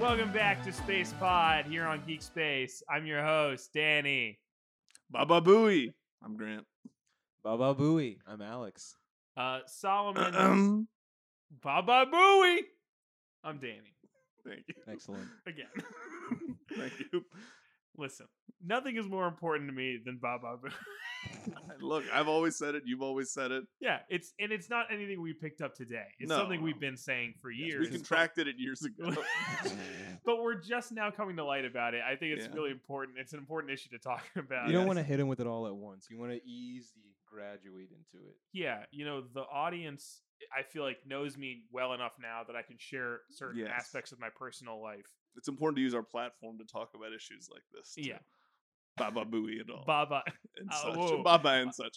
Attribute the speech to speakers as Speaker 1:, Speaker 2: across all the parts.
Speaker 1: Welcome back to Space Pod here on Geek Space. I'm your host, Danny.
Speaker 2: Baba Booey. I'm Grant.
Speaker 3: Baba Booey. I'm Alex.
Speaker 1: Uh, Solomon.
Speaker 2: Ahem.
Speaker 1: Baba Booey. I'm Danny.
Speaker 2: Thank you.
Speaker 3: Excellent.
Speaker 1: Again.
Speaker 2: Thank you.
Speaker 1: Listen, nothing is more important to me than Baba Booey.
Speaker 2: Look, I've always said it. You've always said it.
Speaker 1: yeah, it's and it's not anything we picked up today. It's
Speaker 2: No,
Speaker 1: something we've
Speaker 2: no.
Speaker 1: been saying for
Speaker 2: Yes,
Speaker 1: years.
Speaker 2: We contracted it years ago.
Speaker 1: but we're just now coming to light about it. I think it's
Speaker 2: Yeah.
Speaker 1: really important. It's an important issue to talk about.
Speaker 3: You don't
Speaker 2: yes.
Speaker 3: want to hit him with it all at once. You want to ease the graduate into it.
Speaker 1: yeah, you know, the audience I feel like knows me well enough now that I can share certain
Speaker 2: Yes.
Speaker 1: aspects of my personal life.
Speaker 2: it's important to use our platform to talk about issues like this. too.
Speaker 1: Yeah.
Speaker 2: Baba Booey and all.
Speaker 1: Baba.
Speaker 2: and
Speaker 1: uh,
Speaker 2: such.
Speaker 1: whoa.
Speaker 2: Baba and such.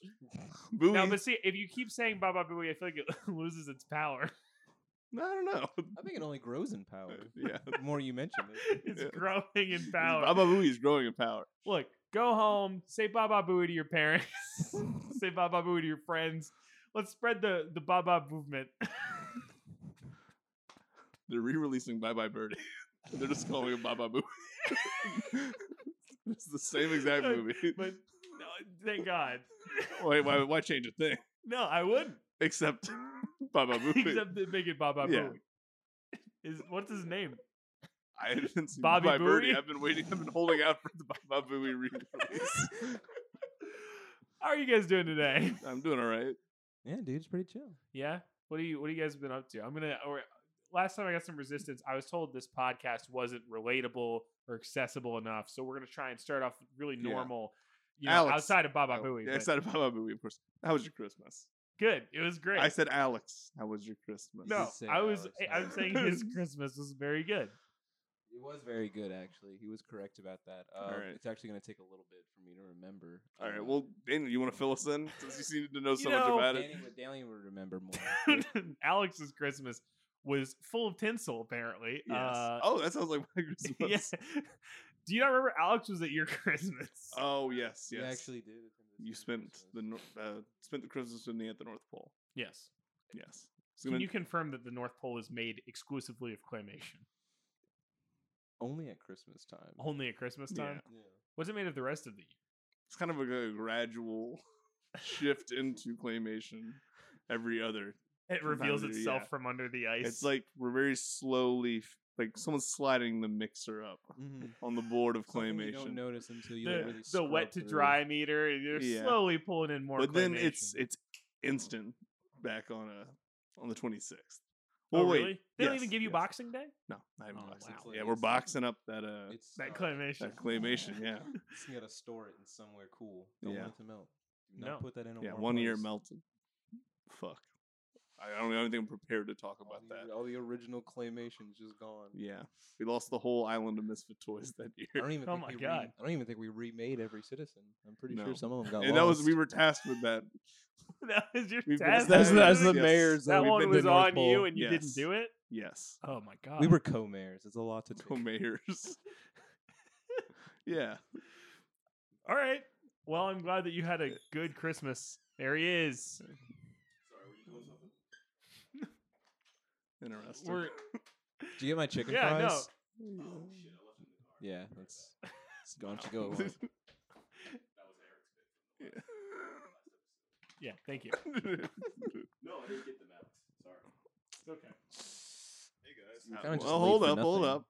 Speaker 2: Booey.
Speaker 1: Now, but see, if you keep saying Baba Booey, I feel like it loses its power.
Speaker 2: I don't know.
Speaker 3: I think it only grows in power.
Speaker 2: yeah.
Speaker 3: The more you mention it.
Speaker 1: it's
Speaker 2: Yeah.
Speaker 1: growing in power.
Speaker 2: Baba Booey is growing in power.
Speaker 1: Look, go home, say Baba Booey to your parents, say Baba Booey to your friends. Let's spread the, the Baba movement.
Speaker 2: They're re-releasing Bye Bye Birdie. They're just calling it Baba Booey. it's the same exact movie.
Speaker 1: Uh, but no, thank God.
Speaker 2: Wait, why, why change a thing?
Speaker 1: No, I wouldn't.
Speaker 2: Except Baba Booey.
Speaker 1: Except that make it Baba
Speaker 2: Yeah.
Speaker 1: Booey. Is what's his name?
Speaker 2: I didn't see
Speaker 1: Bobby
Speaker 2: Bobby Bye Bye Birdie.
Speaker 1: Booey?
Speaker 2: I've been waiting. I've been holding out for the Baba Booey re-release.
Speaker 1: How are you guys doing today?
Speaker 2: I'm doing all right.
Speaker 3: Yeah, dude, it's pretty chill.
Speaker 1: Yeah. What do you What do you guys been up to? I'm gonna. Or, last time I got some resistance, I was told this podcast wasn't relatable or accessible enough, so we're gonna try and start off really
Speaker 2: Yeah.
Speaker 1: normal. You know,
Speaker 2: Alex.
Speaker 1: outside of Baba
Speaker 2: Oh,
Speaker 1: Booey.
Speaker 2: Yeah,
Speaker 1: but
Speaker 2: outside of Baba Booey, of course. How was your Christmas?
Speaker 1: good. It was great.
Speaker 2: I said, Alex, how was your Christmas?
Speaker 1: no,
Speaker 3: did say
Speaker 1: I was.
Speaker 3: Alex,
Speaker 1: I-
Speaker 3: not
Speaker 1: I'm saying
Speaker 2: Alex.
Speaker 1: his Christmas was very good.
Speaker 3: It was very good, actually. He was correct about that. Uh,
Speaker 2: Alright.
Speaker 3: It's actually going to take a little bit for me to remember.
Speaker 2: All right.
Speaker 3: uh,
Speaker 2: Well, Daniel, you want to fill us in since you seem to know so
Speaker 1: You know,
Speaker 2: much about
Speaker 3: Danny,
Speaker 2: it?
Speaker 3: would, Danny would remember more.
Speaker 1: Alex's Christmas was full of tinsel, apparently.
Speaker 2: Yes.
Speaker 1: Uh,
Speaker 2: oh, that sounds like my Christmas.
Speaker 1: yeah. Do you not remember Alex was at your Christmas?
Speaker 2: Oh yes,
Speaker 3: You
Speaker 2: yes.
Speaker 3: actually did. attend this
Speaker 2: you
Speaker 3: conversation.
Speaker 2: spent the nor- uh, spent the Christmas with me at the North Pole.
Speaker 1: yes.
Speaker 2: Yes. It's
Speaker 1: Can
Speaker 2: gonna-
Speaker 1: you confirm that the North Pole is made exclusively of claymation,
Speaker 3: only at Christmas time.
Speaker 1: only at Christmas time?
Speaker 2: Yeah.
Speaker 3: Yeah.
Speaker 1: What's it made of the rest of the year?
Speaker 2: it's kind of like a gradual shift into claymation every other.
Speaker 1: It
Speaker 2: From time
Speaker 1: reveals
Speaker 2: to-
Speaker 1: itself
Speaker 2: yeah.
Speaker 1: from under the ice.
Speaker 2: It's like we're very slowly f- like someone's sliding the mixer up
Speaker 3: Mhm.
Speaker 2: on the board of
Speaker 3: Something You
Speaker 2: claymation.
Speaker 3: don't notice until you
Speaker 1: the,
Speaker 3: like, really
Speaker 1: the wet
Speaker 3: scrub
Speaker 1: to
Speaker 3: through.
Speaker 1: dry meter. and You're
Speaker 2: Yeah.
Speaker 1: slowly pulling in more.
Speaker 2: but then
Speaker 1: claymation.
Speaker 2: it's it's instant back on a on the 26th.
Speaker 1: oh,
Speaker 2: Well, wait.
Speaker 1: really? They don't even
Speaker 2: yes,
Speaker 1: give you
Speaker 2: yes.
Speaker 1: Boxing Day.
Speaker 2: No, not even
Speaker 1: Oh,
Speaker 2: boxing.
Speaker 1: wow.
Speaker 2: Day. Yeah, we're
Speaker 3: It's-
Speaker 2: boxing up that uh
Speaker 3: It's
Speaker 1: That
Speaker 3: uh,
Speaker 1: claymation.
Speaker 2: that claymation. Yeah,
Speaker 3: Just gotta store it in somewhere cool. Don't
Speaker 2: Yeah.
Speaker 3: want it to melt. Do not
Speaker 1: No.
Speaker 3: put that in a
Speaker 2: yeah.
Speaker 3: warm
Speaker 2: One year
Speaker 3: place.
Speaker 2: melted. Fuck. I don't, I don't think I'm prepared to talk
Speaker 3: All
Speaker 2: about
Speaker 3: the,
Speaker 2: that.
Speaker 3: All the original claymation's just gone.
Speaker 2: Yeah, we lost the whole island of misfit toys that
Speaker 3: I
Speaker 2: year.
Speaker 3: don't even.
Speaker 1: Oh
Speaker 3: think
Speaker 1: my
Speaker 3: we re-
Speaker 1: God.
Speaker 3: I don't even think we remade every citizen. I'm pretty
Speaker 2: No.
Speaker 3: sure some of them got
Speaker 2: and that was we
Speaker 3: lost.
Speaker 2: were tasked with that.
Speaker 1: that was your
Speaker 2: We've been-
Speaker 1: test.
Speaker 2: That's- that's the
Speaker 1: That
Speaker 2: Yes. mayor's
Speaker 1: That
Speaker 2: we've
Speaker 1: one
Speaker 2: been
Speaker 1: was
Speaker 2: to
Speaker 1: on you, and you didn't
Speaker 2: Yes.
Speaker 1: do it.
Speaker 2: Yes,
Speaker 1: Oh my god.
Speaker 3: We were co-mayors. It's a lot to take.
Speaker 2: co-mayors. yeah,
Speaker 1: All right. Well, I'm glad that you had a good Christmas. There he is.
Speaker 2: interesting.
Speaker 1: We're
Speaker 3: Do you get my chicken
Speaker 1: Yeah, I know.
Speaker 3: fries?
Speaker 1: Oh,
Speaker 3: Oh, Yeah, that's. it's gone to go. away.
Speaker 1: yeah. Thank you. Okay.
Speaker 3: You
Speaker 2: well,
Speaker 3: kinda just leave
Speaker 2: hold
Speaker 3: for
Speaker 2: up, hold
Speaker 3: nothing.
Speaker 2: up.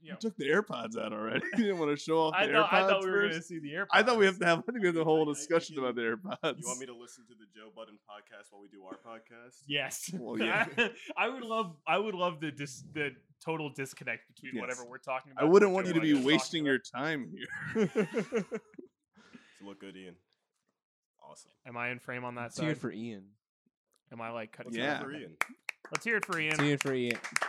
Speaker 1: Yeah.
Speaker 2: You took the AirPods out already. You didn't want to show off
Speaker 1: I
Speaker 2: the
Speaker 1: thought,
Speaker 2: AirPods
Speaker 1: I thought we were going to
Speaker 2: first?
Speaker 1: see the AirPods.
Speaker 2: I thought we have to have. I think we have to have a whole
Speaker 4: I- I
Speaker 2: discussion
Speaker 4: can-
Speaker 2: about the AirPods.
Speaker 4: You want me to listen to the Joe Budden podcast while we do our podcast?
Speaker 1: Yes.
Speaker 2: Well, yeah.
Speaker 1: I, would love. I would love the dis, the total disconnect between
Speaker 2: Yes.
Speaker 1: whatever we're talking about.
Speaker 2: I
Speaker 1: and
Speaker 2: wouldn't
Speaker 1: what
Speaker 2: want
Speaker 1: Joe
Speaker 2: you to be
Speaker 1: Budden's talking about.
Speaker 2: wasting your time here.
Speaker 4: Does it look good, Ian? Awesome.
Speaker 1: Am I in frame on that
Speaker 3: Let's hear
Speaker 1: side?
Speaker 3: it for Ian.
Speaker 1: Am I like cutting?
Speaker 4: What's yeah.
Speaker 2: Yeah.
Speaker 4: for Ian?
Speaker 1: Let's hear it for Ian.
Speaker 3: Let's hear it for Ian.
Speaker 2: mm,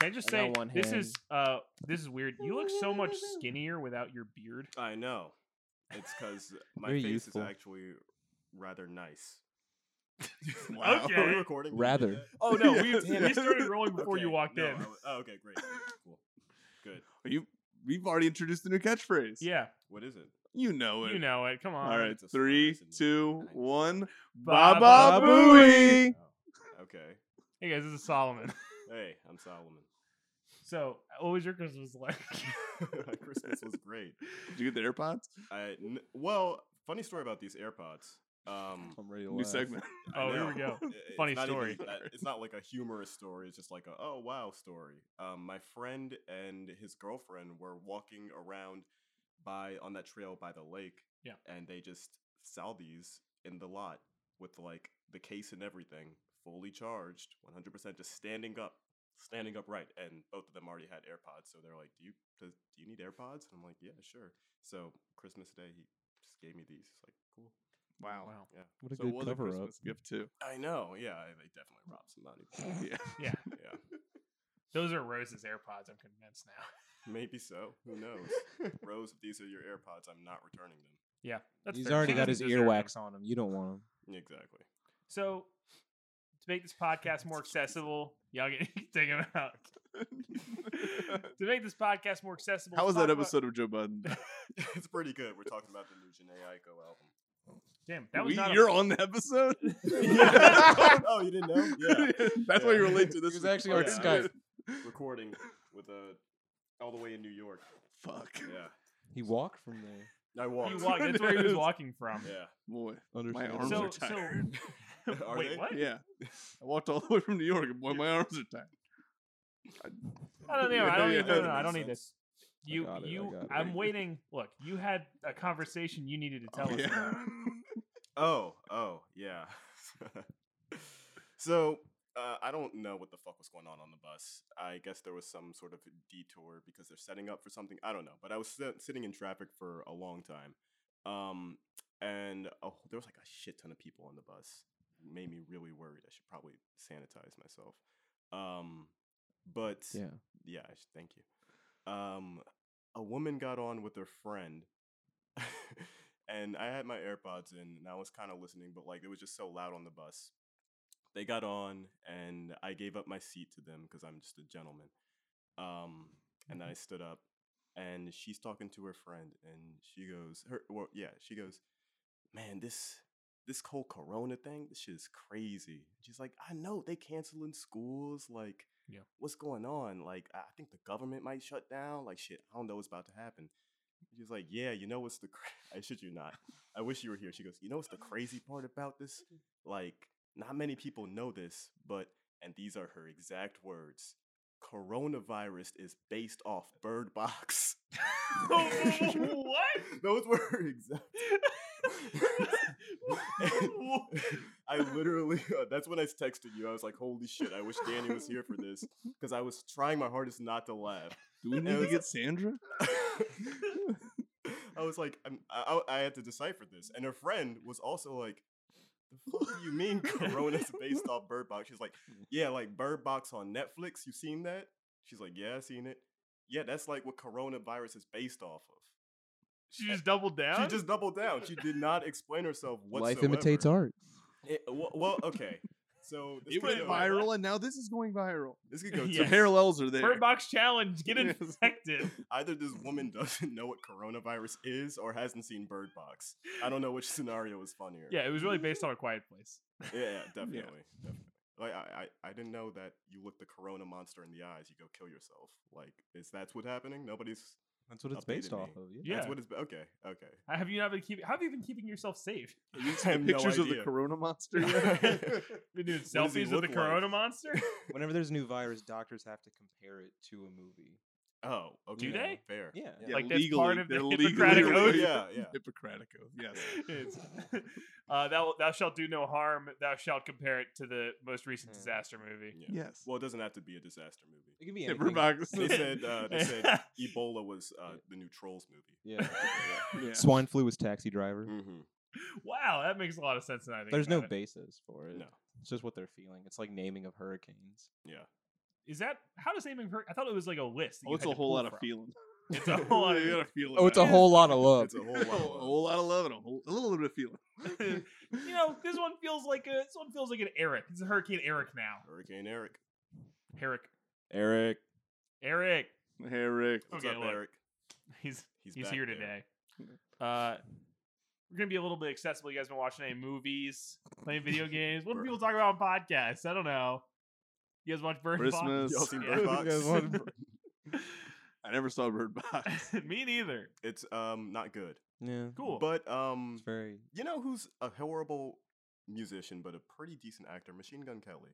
Speaker 1: Can I just
Speaker 3: I
Speaker 1: say
Speaker 3: got one
Speaker 1: this
Speaker 3: hand.
Speaker 1: is uh this is weird. You look so much skinnier without your beard.
Speaker 4: I know. It's because my
Speaker 3: Very
Speaker 4: face
Speaker 3: youthful.
Speaker 4: is actually rather nice.
Speaker 1: Wow.
Speaker 4: Are
Speaker 1: Okay.
Speaker 4: we recording? when you did
Speaker 3: Rather.
Speaker 4: that?
Speaker 1: Oh no, we,
Speaker 2: Yeah.
Speaker 1: we started rolling before you
Speaker 4: Okay,
Speaker 1: walked
Speaker 4: no,
Speaker 1: in.
Speaker 4: I w- oh, okay, great. great, Cool. Good.
Speaker 2: Are you? We've already introduced the new catchphrase.
Speaker 1: Yeah,
Speaker 4: What is it?
Speaker 2: you know it.
Speaker 1: you know it. Come on.
Speaker 2: All right,
Speaker 4: It's a slur,
Speaker 2: three,
Speaker 4: isn't it?
Speaker 2: two,
Speaker 4: Nice.
Speaker 2: one.
Speaker 1: Baba
Speaker 2: Baba Booey.
Speaker 4: Oh, okay.
Speaker 1: Hey guys, this is Solomon.
Speaker 4: Hey, I'm Solomon.
Speaker 1: So, what was your Christmas like?
Speaker 4: My Christmas was great.
Speaker 2: Did you get the AirPods?
Speaker 4: I n- well, funny story about these AirPods. Um,
Speaker 3: I'm ready to
Speaker 2: New
Speaker 3: laugh.
Speaker 2: segment.
Speaker 4: I
Speaker 1: Oh, here
Speaker 4: know.
Speaker 1: we go.
Speaker 4: It- it's
Speaker 1: Funny
Speaker 4: not even-
Speaker 2: story.
Speaker 4: uh, it's not like a humorous story. It's just like a oh wow story. Um, my friend and his girlfriend were walking around by on that trail by the lake.
Speaker 1: Yeah.
Speaker 4: and they just sell these in the lot with like the case and everything, fully charged, one hundred percent, just standing up, standing upright. And both of them already had AirPods, so they're like, "Do you does, do you need AirPods?" And I'm like, "Yeah, sure." So Christmas Day, he just gave me these. It's like cool.
Speaker 2: Wow.
Speaker 1: wow.
Speaker 3: What a
Speaker 2: So it
Speaker 3: good
Speaker 2: was a
Speaker 3: cover up.
Speaker 2: Christmas gift too.
Speaker 4: I know. Yeah, I, I definitely robbed somebody.
Speaker 2: Yeah.
Speaker 1: Yeah,
Speaker 4: yeah.
Speaker 1: those are Rose's AirPods. I'm convinced now.
Speaker 4: Maybe so. Who knows? Rose, if these are your AirPods, I'm not returning them.
Speaker 1: Yeah, that's
Speaker 3: He's
Speaker 1: fair.
Speaker 3: already
Speaker 1: She
Speaker 3: got his
Speaker 1: doesn't deserve them.
Speaker 3: earwax on him. Um, You don't want him.
Speaker 4: Exactly.
Speaker 1: So, to make this podcast more accessible, y'all get take him out. to make this podcast more accessible,
Speaker 2: How was
Speaker 1: let's
Speaker 2: that
Speaker 1: talk
Speaker 2: episode of Joe Budden?
Speaker 4: it's pretty good. We're talking about the new Janae Aiko album.
Speaker 1: About, damn, that was
Speaker 2: We-
Speaker 1: not.
Speaker 2: you're
Speaker 1: a,
Speaker 2: on the episode.
Speaker 4: oh, you didn't know? Yeah.
Speaker 2: That's why
Speaker 4: Yeah.
Speaker 2: you're late to this. Oh,
Speaker 3: was
Speaker 2: week's
Speaker 3: actually on
Speaker 2: podcast.
Speaker 3: Skype.
Speaker 4: Recording with a all the way in New York.
Speaker 2: Fuck.
Speaker 4: Yeah.
Speaker 3: He walked from there.
Speaker 4: I walked.
Speaker 1: he walked. That's where he was
Speaker 2: Yes.
Speaker 1: walking from.
Speaker 4: Yeah.
Speaker 2: Boy, my
Speaker 3: Understandable.
Speaker 2: arms
Speaker 1: So,
Speaker 2: are
Speaker 1: so-
Speaker 2: tired.
Speaker 4: Are
Speaker 1: Wait,
Speaker 4: they?
Speaker 1: what?
Speaker 2: yeah, I walked all the way from New York, and boy, my arms are tired.
Speaker 1: I don't know. I don't
Speaker 2: Yeah,
Speaker 1: need. No,
Speaker 2: that
Speaker 1: no, no, I
Speaker 4: makes
Speaker 1: don't need
Speaker 4: sense.
Speaker 1: this. You,
Speaker 3: got it, I
Speaker 1: you.
Speaker 3: got it.
Speaker 1: I'm waiting. Look, you had a conversation you needed to tell us. About.
Speaker 4: Oh, oh, yeah. so uh, I don't know what the fuck was going on on the bus. I guess there was some sort of detour because they're setting up for something. I don't know, but I was sit- sitting in traffic for a long time, um, and oh, there was like a shit ton of people on the bus. Made me really worried. I should probably sanitize myself. Um, but
Speaker 3: Yeah.
Speaker 4: yeah, I should, thank you. Um, a woman got on with her friend, and I had my AirPods in, and I was kind of listening, but like it was just so loud on the bus. They got on, and I gave up my seat to them because I'm just a gentleman. Um, and then I stood up, and she's talking to her friend, and she goes, "Her, well, yeah, she goes, man, this." This whole corona thing, this shit is crazy. She's like, I know they canceling schools. Like, what's going on? Like, I I think the government might shut down. Like, shit, I don't know what's about to happen. She's like, yeah, you know what's the, cra- I shit you not. I wish you were here. She goes, you know what's the crazy part about this? Like, not many people know this, but, and these are her exact words coronavirus is based off Bird Box.
Speaker 1: what?
Speaker 4: Those were her exact. I literally, uh, that's when I texted you. I was like, holy shit, I wish Danny was here for this because I was trying my hardest not to laugh.
Speaker 2: Do we need to get Sandra?
Speaker 4: I was like, I'm, I, I I had to decipher this. And her friend was also like, the fuck do you mean Corona's based off Bird Box? She's like, yeah, like Bird Box on Netflix. You seen that? She's like, yeah, I seen it. Yeah, that's like what coronavirus is based off of.
Speaker 1: She just doubled down.
Speaker 4: She just doubled down. She did not explain herself whatsoever.
Speaker 3: Life imitates art.
Speaker 4: It- well, well, okay. So this
Speaker 2: It
Speaker 4: could
Speaker 2: went
Speaker 4: go-
Speaker 2: viral, and now this is going viral.
Speaker 4: This could go
Speaker 2: The
Speaker 1: Yeah. Yes.
Speaker 4: to
Speaker 2: parallels are there.
Speaker 1: Bird Box challenge. Get
Speaker 2: Yes.
Speaker 1: infected.
Speaker 4: either this woman doesn't know what coronavirus is or hasn't seen Bird Box. I don't know which scenario is funnier.
Speaker 1: Yeah, it was really based on a quiet place.
Speaker 4: Yeah, yeah, definitely. definitely. Like I, I, I didn't know that you look the corona monster in the eyes, you go kill yourself. Like, is that's what's happening? Nobody's
Speaker 3: That's what it's
Speaker 4: Updated
Speaker 3: based off
Speaker 4: me.
Speaker 3: of. Yeah.
Speaker 1: Yeah.
Speaker 4: that's what is okay, okay.
Speaker 1: Have you not been keeping? How have you been keeping yourself safe?
Speaker 4: You
Speaker 2: Have pictures of the corona monster. yet?
Speaker 1: Been doing
Speaker 4: What does he
Speaker 1: selfies with the
Speaker 4: look like?
Speaker 1: Corona monster.
Speaker 3: Whenever there's a new virus, doctors have to compare it to a movie.
Speaker 4: Oh, okay.
Speaker 1: Do they?
Speaker 4: Fair.
Speaker 3: Yeah.
Speaker 2: Yeah,
Speaker 1: Like, that's part
Speaker 2: legally-
Speaker 1: of the
Speaker 2: they're legally
Speaker 1: Hippocratic
Speaker 4: Yeah,
Speaker 1: Oath?
Speaker 2: related.
Speaker 4: Yeah, yeah.
Speaker 2: Hippocratic Oath. Yes.
Speaker 1: It's- uh, thou thou shalt do no harm. Thou shalt compare it to the most recent
Speaker 4: Hmm.
Speaker 3: Yeah.
Speaker 1: disaster movie.
Speaker 4: Yeah.
Speaker 2: Yes.
Speaker 4: Well, it doesn't have to be a disaster movie.
Speaker 3: It could be anything.
Speaker 2: Bird Box.
Speaker 4: They said uh, they said Ebola was uh, the new Trolls movie.
Speaker 3: Yeah.
Speaker 2: Yeah.
Speaker 3: Swine flu was Taxi Driver.
Speaker 4: Mm-hmm.
Speaker 1: Wow, that makes a lot of sense. Now I think
Speaker 3: There's no
Speaker 1: Mm, about it.
Speaker 3: basis for it.
Speaker 4: No.
Speaker 3: It's just what they're feeling. It's like naming of hurricanes.
Speaker 4: Yeah.
Speaker 1: Is that how does naming hurt? I thought it was like a list. that
Speaker 2: Oh,
Speaker 1: you
Speaker 2: it's
Speaker 1: had
Speaker 2: a
Speaker 1: to
Speaker 2: whole
Speaker 1: pull
Speaker 2: lot of
Speaker 1: from.
Speaker 2: feeling.
Speaker 1: It's a whole lot of-
Speaker 2: you gotta feel.
Speaker 3: Oh, it's a
Speaker 2: about
Speaker 3: whole lot of love.
Speaker 4: It's a whole
Speaker 2: it.
Speaker 4: lot.
Speaker 2: a whole lot of love and a whole a little bit of feeling.
Speaker 1: You know, this one feels like a this one feels like an Eric. It's a Hurricane Eric now.
Speaker 4: Hurricane Eric.
Speaker 1: Eric,
Speaker 3: Eric.
Speaker 1: Eric,
Speaker 2: Hey Rick,
Speaker 4: What's
Speaker 1: Okay,
Speaker 4: up,
Speaker 1: look.
Speaker 4: Eric?
Speaker 1: he's
Speaker 4: He's,
Speaker 1: he's
Speaker 4: back
Speaker 1: here
Speaker 4: there.
Speaker 1: today. Uh, we're gonna be a little bit accessible. You guys been watching any movies, playing video games? What do
Speaker 4: Bur-
Speaker 1: people talk about on podcasts? I don't know. You guys watch Bird Box?
Speaker 2: Christmas.
Speaker 4: Y'all seen
Speaker 1: Yeah.
Speaker 4: Bird Box?
Speaker 3: You guys want-
Speaker 2: I never saw Bird Box.
Speaker 1: Me neither.
Speaker 4: It's um not good.
Speaker 3: Yeah.
Speaker 1: Cool.
Speaker 4: But um
Speaker 3: It's very.
Speaker 4: you know who's a horrible musician but a pretty decent actor? Machine Gun Kelly.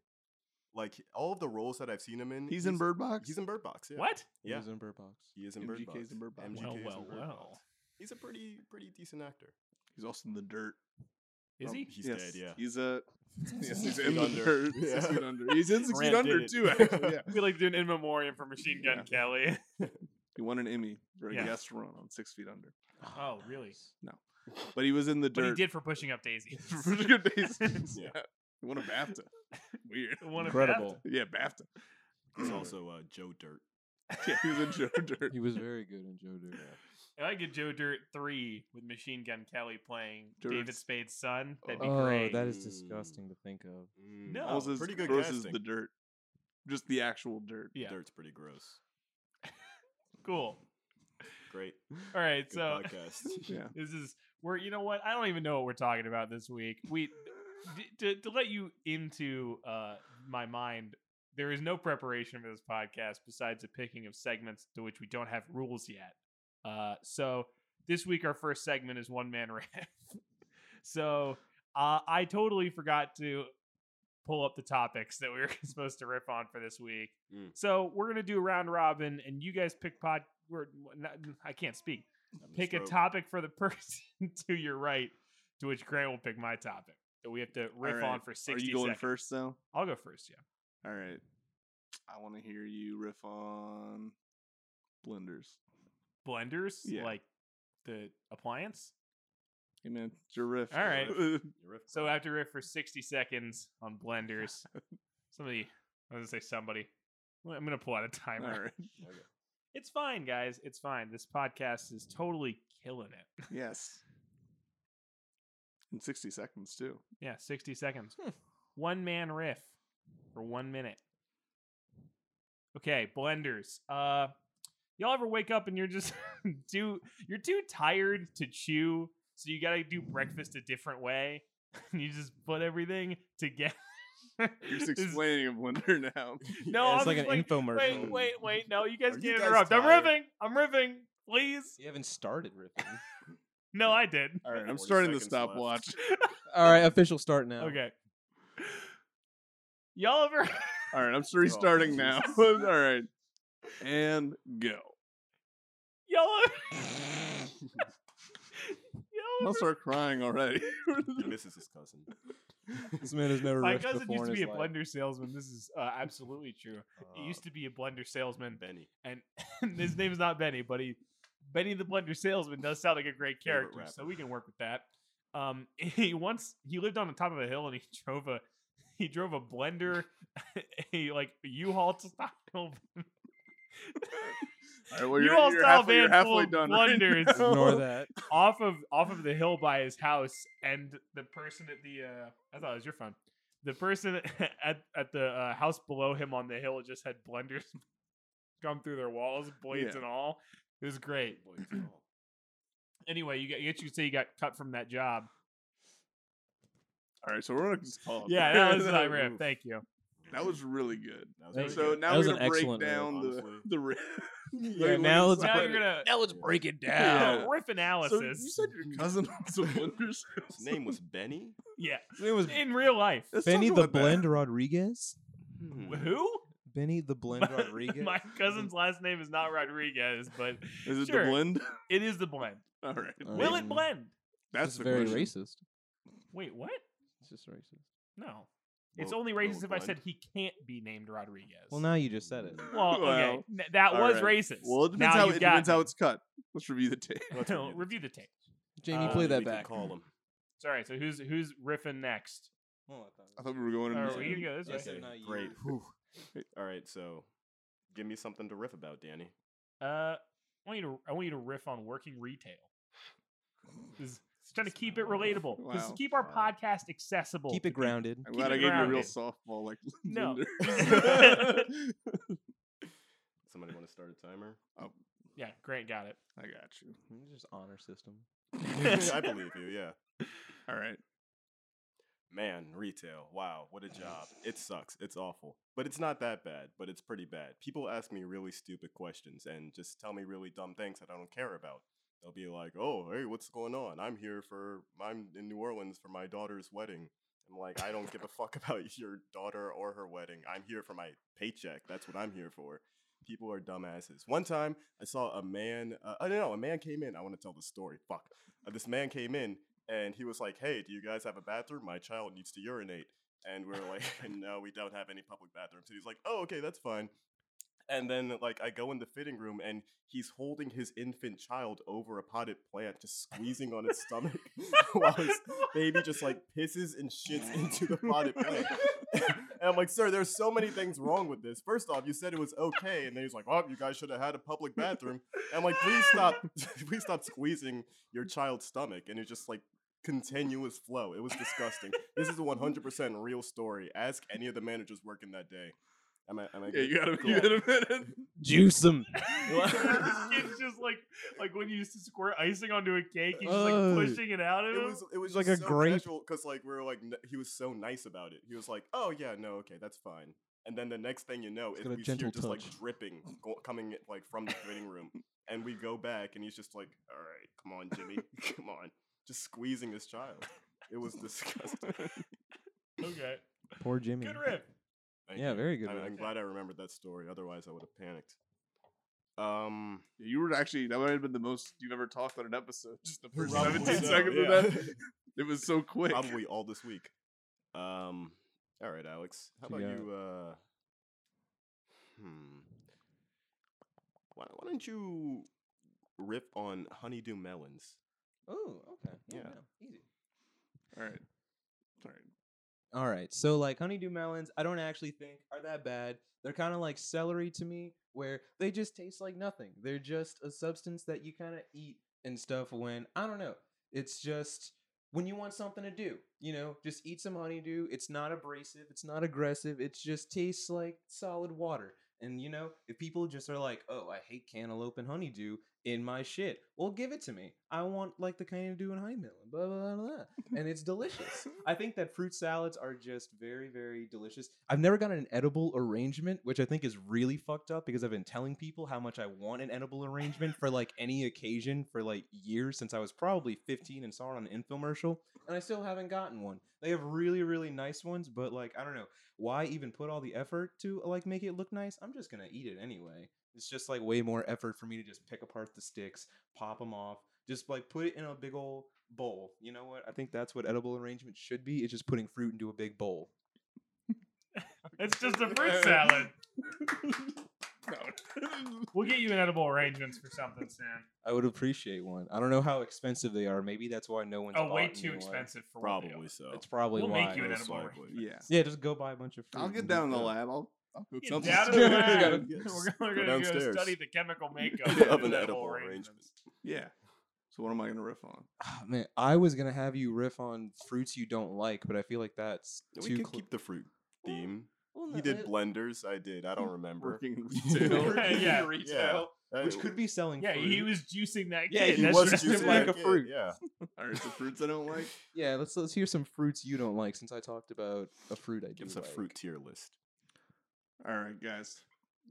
Speaker 4: Like all of the roles that I've seen him in,
Speaker 2: He's in Bird Box.
Speaker 4: He's in Bird Box. Yeah.
Speaker 1: what?
Speaker 3: Yeah.
Speaker 4: Yeah.
Speaker 3: It was in Bird Box.
Speaker 4: He is in Bird Box.
Speaker 2: MGK 's in Bird Box.
Speaker 4: MGK
Speaker 1: Well,
Speaker 4: is in
Speaker 1: well,
Speaker 4: Bird
Speaker 1: well.
Speaker 4: Box. He's a pretty pretty decent actor.
Speaker 2: He's also in the dirt.
Speaker 1: Is
Speaker 2: Um,
Speaker 1: he?
Speaker 4: He's
Speaker 2: yes,
Speaker 4: dead. Yeah.
Speaker 2: He's a. Yes, he's
Speaker 4: Six
Speaker 2: in
Speaker 4: feet
Speaker 2: the
Speaker 4: under.
Speaker 2: dirt.
Speaker 4: Yeah.
Speaker 2: Six feet under. He's in six feet
Speaker 4: Grant
Speaker 2: under
Speaker 4: did
Speaker 2: too.
Speaker 4: it.
Speaker 2: Actually, yeah.
Speaker 1: We like doing in memoriam for Machine Gun
Speaker 2: Yeah.
Speaker 1: Kelly.
Speaker 2: He won an Emmy for a
Speaker 1: Yeah.
Speaker 2: guest run on Six Feet Under,
Speaker 1: Oh, really?
Speaker 2: but he was in the
Speaker 1: But he
Speaker 2: dirt.
Speaker 1: did for pushing up Daisy.
Speaker 2: for Good Days.
Speaker 4: Yeah.
Speaker 2: yeah. He won a BAFTA. Weird.
Speaker 1: One of
Speaker 3: Incredible.
Speaker 2: Yeah, BAFTA.
Speaker 4: He's also uh, Joe Dirt.
Speaker 2: Yeah, he was in Joe Dirt.
Speaker 3: He was very good in Joe Dirt.
Speaker 1: If I get Joe Dirt three with Machine Gun Kelly playing David
Speaker 2: Dirt's-
Speaker 1: Spade's son, that'd be
Speaker 3: Oh,
Speaker 1: great.
Speaker 3: that is
Speaker 4: Mm.
Speaker 3: disgusting to think of.
Speaker 4: Mm,
Speaker 1: No.
Speaker 2: Almost
Speaker 1: Oh,
Speaker 2: as
Speaker 4: pretty good
Speaker 2: gross
Speaker 4: casting.
Speaker 2: as the dirt. Just the actual dirt.
Speaker 1: yeah,
Speaker 4: Dirt's pretty gross.
Speaker 1: cool.
Speaker 4: Great.
Speaker 1: All right,
Speaker 4: Good
Speaker 1: so
Speaker 4: podcast.
Speaker 2: Yeah.
Speaker 1: this is we're you know what I don't even know what we're talking about this week. We d- to to let you into uh my mind. There is no preparation for this podcast besides the picking of segments to which we don't have rules yet. Uh, so this week our first segment is one man rant. so uh, I totally forgot to pull up the topics that we were supposed to riff on for this week.
Speaker 4: Mm.
Speaker 1: So we're gonna do a round robin, and you guys pick pod. We're, not, I can't speak
Speaker 4: Having
Speaker 1: pick a
Speaker 4: stroke.
Speaker 1: topic for the person to your right, to which Grant will pick my topic that we have to riff
Speaker 2: right.
Speaker 1: on for
Speaker 2: Are
Speaker 1: 60
Speaker 2: you going
Speaker 1: seconds.
Speaker 2: first though?
Speaker 1: I'll go first, yeah.
Speaker 2: All right. I want to hear you riff on blenders.
Speaker 1: Blenders,
Speaker 2: Yeah.
Speaker 1: like the appliance.
Speaker 2: Hey man, it's your riff.
Speaker 1: All right.
Speaker 4: Your riff
Speaker 1: So I have to riff for 60 seconds on blenders. Somebody, I was going to say somebody. Well, I'm going to pull out a
Speaker 2: All
Speaker 1: timer.
Speaker 2: right.
Speaker 1: It's fine, guys. It's fine. This podcast is totally killing it.
Speaker 2: Yes. In 60 seconds too.
Speaker 1: Yeah, 60 seconds.
Speaker 4: Hmm.
Speaker 1: One man riff for one minute. Okay, blenders. Uh y'all ever wake up and you're just too you're too tired to chew, so you gotta do breakfast a different way. And you just put everything together.
Speaker 2: You're just
Speaker 1: This-
Speaker 2: explaining a blender now.
Speaker 1: no, Oh, I'm
Speaker 3: it's like
Speaker 1: just
Speaker 3: an infomercial.
Speaker 1: Wait, wait, wait. No, you guys
Speaker 4: Are
Speaker 1: can't
Speaker 4: you guys
Speaker 1: interrupt. I'm
Speaker 4: tired?
Speaker 1: riffing. I'm riffing. Please.
Speaker 3: You haven't started ripping.
Speaker 1: No, I did.
Speaker 2: All right, I'm
Speaker 4: 40
Speaker 2: starting the
Speaker 4: seconds left.
Speaker 2: stopwatch.
Speaker 3: All right, official start now.
Speaker 1: Okay. Y'all ever
Speaker 2: All right, I'm s- restarting now. All right. And go.
Speaker 1: y'all ever, y'all
Speaker 2: I'll
Speaker 1: ever
Speaker 2: start crying already.
Speaker 4: He misses his cousin.
Speaker 3: This man has never.
Speaker 1: My
Speaker 3: riffed
Speaker 1: cousin
Speaker 3: before
Speaker 1: used to
Speaker 3: in
Speaker 1: be a
Speaker 3: his life.
Speaker 1: blender salesman. This is uh, absolutely true. He used to be a blender salesman,
Speaker 4: Uh, Benny.
Speaker 1: and, his name's not Benny, but he Benny the blender salesman does sound like a great
Speaker 4: Favorite
Speaker 1: character, so
Speaker 4: rapper.
Speaker 1: we can work with that. Um, he once he lived on the top of a hill and he drove a he drove a blender, a like U-Haul style.
Speaker 2: All right, well, you're,
Speaker 1: all
Speaker 2: you're
Speaker 1: style
Speaker 2: halfway, you're
Speaker 1: van full
Speaker 2: halfway
Speaker 1: of
Speaker 2: done. right
Speaker 1: blunders.
Speaker 2: now.
Speaker 3: Ignore that.
Speaker 1: off of off of the hill by his house, and the person at the uh, I thought it was your phone. The person at at the uh, house below him on the hill just had blenders come through their walls, blades
Speaker 2: Yeah.
Speaker 1: and all. It was great.
Speaker 4: Boy, it's all.
Speaker 1: Anyway, you got you could say you got cut from that job.
Speaker 2: All right, so we're gonna just call it.
Speaker 1: Yeah, that was my rip.
Speaker 2: Oof.
Speaker 1: Thank you.
Speaker 2: That was really good.
Speaker 4: That Oh, was
Speaker 3: Thank
Speaker 4: really
Speaker 3: you.
Speaker 2: So
Speaker 4: good.
Speaker 3: That
Speaker 2: now
Speaker 3: was
Speaker 2: we're
Speaker 3: an
Speaker 2: gonna break
Speaker 3: excellent riff,
Speaker 2: down the
Speaker 4: honestly.
Speaker 2: the riff.
Speaker 3: Yeah, now let's
Speaker 1: Now
Speaker 3: Right.
Speaker 1: you're gonna
Speaker 3: Now let's break it
Speaker 2: down.
Speaker 1: yeah, riff
Speaker 2: So you
Speaker 1: analysis.
Speaker 2: said your cousin was a blender.
Speaker 4: His name was Benny.
Speaker 1: yeah,
Speaker 2: His name was
Speaker 1: in real life.
Speaker 2: Let's
Speaker 3: Benny
Speaker 2: talk
Speaker 3: the
Speaker 2: about that.
Speaker 3: Blend Rodriguez.
Speaker 1: Who?
Speaker 3: Benny the Blend Rodriguez.
Speaker 1: My cousin's last name is not Rodriguez, but
Speaker 2: Is it
Speaker 1: Sure.
Speaker 2: the blend?
Speaker 1: it is the blend.
Speaker 2: All right.
Speaker 3: All
Speaker 1: Will
Speaker 3: Um,
Speaker 1: it blend?
Speaker 2: That's
Speaker 3: It's
Speaker 2: the
Speaker 3: very
Speaker 2: question.
Speaker 3: racist.
Speaker 1: Wait, what?
Speaker 3: It's just racist.
Speaker 1: No. It's
Speaker 4: Will-
Speaker 1: only
Speaker 4: will
Speaker 1: racist if I
Speaker 4: blend?
Speaker 1: said he can't be named Rodriguez.
Speaker 3: Well, now you just said it.
Speaker 1: Well, okay.
Speaker 2: Well,
Speaker 1: N- that
Speaker 2: all
Speaker 1: was
Speaker 2: right.
Speaker 1: racist.
Speaker 2: Well, it depends,
Speaker 1: now
Speaker 2: how,
Speaker 1: you've
Speaker 2: it
Speaker 1: got
Speaker 2: depends how it's cut. Let's review the tape.
Speaker 4: Let's
Speaker 1: No,
Speaker 4: review
Speaker 1: review the tape.
Speaker 3: Jamie,
Speaker 1: Uh,
Speaker 3: play
Speaker 1: we
Speaker 3: that
Speaker 4: We can
Speaker 3: back.
Speaker 4: Call him.
Speaker 1: Sorry. So who's who's riffing next?
Speaker 2: I thought we were going. in
Speaker 1: Are
Speaker 2: this
Speaker 1: we
Speaker 2: end.
Speaker 1: gonna go this
Speaker 3: I
Speaker 1: way?
Speaker 3: said not you.
Speaker 4: great. All right, so give me something to riff about, Danny.
Speaker 1: Uh, I want you to I want you to riff on working retail. This is- it's trying to keep it relatable. 'cause
Speaker 2: Wow.
Speaker 1: keep our
Speaker 4: Wow.
Speaker 1: podcast accessible.
Speaker 3: Keep it grounded.
Speaker 2: I'm
Speaker 1: Keep
Speaker 2: glad
Speaker 1: it
Speaker 2: I gave you a real
Speaker 1: grounded.
Speaker 2: softball like
Speaker 1: No.
Speaker 2: blender.
Speaker 4: Somebody want to start a timer?
Speaker 1: Yeah, Grant got it.
Speaker 2: I got you.
Speaker 3: Just honor system.
Speaker 4: I believe you. Yeah.
Speaker 2: All right.
Speaker 4: man, retail. Wow, what a job. It sucks. It's awful. But it's not that bad, but it's pretty bad. People ask me really stupid questions and just tell me really dumb things that I don't care about. They'll be like, "Oh, hey, what's going on? I'm here for I'm in New Orleans for my daughter's wedding." I'm like, "I don't give a fuck about your daughter or her wedding. I'm here for my paycheck. That's what I'm here for." People are dumbasses. One time, I saw a man. Uh, I don't know. A man came in. I want to tell the story. Fuck. Uh, this man came in and he was like, "Hey, do you guys have a bathroom? My child needs to urinate." And we are like, "No, we don't have any public bathrooms." And he's like, "Oh, okay, that's fine." And then like I go in the fitting room and he's holding his infant child over a potted plant, just squeezing on its stomach while his baby just like pisses and shits into the potted plant. and I'm like, sir, there's so many things wrong with this. First off, you said it was okay, and then he's like, oh, you guys should have had a public bathroom. And I'm like, please stop, please stop squeezing your child's stomach. And it's just like continuous flow. It was disgusting. this is a 100% real story. Ask any of the managers working that day. Am I? Am I
Speaker 2: Yeah,
Speaker 4: good?
Speaker 2: you got a,
Speaker 4: Cool.
Speaker 2: you got a minute.
Speaker 3: Juice them.
Speaker 1: this kid's just like like when you used to squirt icing onto a cake, he's just like
Speaker 3: Oh.
Speaker 1: pushing it out of
Speaker 4: it
Speaker 1: him.
Speaker 4: was it was
Speaker 3: Like
Speaker 4: just
Speaker 3: a
Speaker 4: so
Speaker 3: grape.
Speaker 4: because like we were like n- he was so nice about it. He was like, "Oh yeah, no, okay, that's fine." And then the next thing you know,
Speaker 3: It's
Speaker 4: is
Speaker 3: got a
Speaker 4: we hear
Speaker 3: gentle
Speaker 4: just like
Speaker 3: touch.
Speaker 4: dripping go- coming like from the fitting room, and we go back, and he's just like, "All right, come on, Jimmy, come on," just squeezing his child. It was disgusting.
Speaker 1: okay,
Speaker 3: Poor Jimmy.
Speaker 1: good rip.
Speaker 4: Thank
Speaker 3: Yeah,
Speaker 4: you.
Speaker 3: very good
Speaker 4: I,
Speaker 3: one.
Speaker 4: I'm glad I remembered that story. Otherwise, I would have panicked. Um,
Speaker 2: Yeah, you were actually that might have been the most you've ever talked on an episode. Just the first
Speaker 4: Probably
Speaker 2: seventeen
Speaker 4: so,
Speaker 2: seconds
Speaker 4: yeah.
Speaker 2: of that. It was so quick.
Speaker 4: probably all this week. Um, all right, Alex. How
Speaker 3: What
Speaker 4: about
Speaker 3: you
Speaker 4: you? Uh, hmm. Why, why don't you riff on honeydew melons?
Speaker 3: Oh, okay.
Speaker 4: Yeah.
Speaker 3: Easy.
Speaker 2: All right, all right.
Speaker 3: All right. So like honeydew melons, I don't actually think are that bad. They're kind of like celery to me, where they just taste like nothing. They're just a substance that you kind of eat and stuff when I don't know. It's just when you want something to do, you know, just eat some honeydew. It's not abrasive, it's not aggressive. It just tastes like solid water. And you know, if people just are like, "Oh, I hate cantaloupe and honeydew in my shit," well, give it to me. I want like the honeydew and honey melon, blah blah blah, blah. and it's delicious. I think that fruit salads are just very, very delicious. I've never gotten an edible arrangement, which I think is really fucked up because I've been telling people how much I want an edible arrangement for like any occasion for like years since I was probably 15 and saw it on an infomercial, and I still haven't gotten one. They have really, really nice ones, but like I don't know why even put all the effort to like make it look nice. I'm just gonna eat it anyway. It's just like way more effort for me to just pick apart the sticks, pop them off, just like put it in a big old bowl. You know what? I think that's what edible arrangement should be. It's just putting fruit into a big bowl.
Speaker 1: It's just a fruit salad.
Speaker 2: No.
Speaker 1: We'll get you an edible arrangements for something soon.
Speaker 3: I would appreciate one. I don't know how expensive they are. Maybe that's why no one's.
Speaker 1: Oh, way
Speaker 3: bought
Speaker 1: too
Speaker 3: me one.
Speaker 1: expensive for what they
Speaker 4: Probably
Speaker 1: are.
Speaker 4: so.
Speaker 3: Oh, It's probably
Speaker 1: We'll
Speaker 3: why.
Speaker 1: make you an
Speaker 4: Most
Speaker 1: edible
Speaker 4: likely.
Speaker 1: arrangement.
Speaker 2: yeah,
Speaker 3: yeah, just go buy a bunch of fruit.
Speaker 2: I'll get
Speaker 3: and
Speaker 2: down in
Speaker 3: eat
Speaker 2: the
Speaker 3: that.
Speaker 2: lab. I'll I'll cook
Speaker 1: Get
Speaker 2: something.
Speaker 1: down to the lab.
Speaker 2: Gotta-
Speaker 1: We're
Speaker 4: Yes.
Speaker 1: gonna- We're
Speaker 4: Go
Speaker 1: going to
Speaker 4: downstairs.
Speaker 1: study the chemical makeup of
Speaker 4: Of an
Speaker 1: an
Speaker 4: edible
Speaker 1: edible
Speaker 4: arrangement.
Speaker 1: arrangement.
Speaker 2: yeah. So what am I gonna riff on?
Speaker 3: Ah, man, I was gonna have you riff on fruits you don't like, but I feel like that's
Speaker 4: We
Speaker 3: too.
Speaker 4: can
Speaker 3: cl-
Speaker 4: keep the fruit
Speaker 3: Well,
Speaker 4: theme.
Speaker 3: well,
Speaker 4: He
Speaker 3: no,
Speaker 4: did
Speaker 3: it-
Speaker 4: blenders. I did. I don't remember.
Speaker 2: Working in retail.
Speaker 1: Yeah, yeah.
Speaker 4: retail,
Speaker 3: which could be selling.
Speaker 1: Yeah,
Speaker 3: fruit.
Speaker 1: he was juicing that
Speaker 3: Yeah,
Speaker 1: kid.
Speaker 3: he
Speaker 1: That's
Speaker 3: was
Speaker 1: just
Speaker 3: juicing
Speaker 1: like
Speaker 3: that
Speaker 1: a
Speaker 3: kid. fruit.
Speaker 4: Yeah.
Speaker 2: All right, so fruits I don't like.
Speaker 3: Yeah, let's let's hear some fruits you don't like since I talked about a fruit I do
Speaker 4: Give us a
Speaker 3: like.
Speaker 4: fruit tier list.
Speaker 2: All right, guys.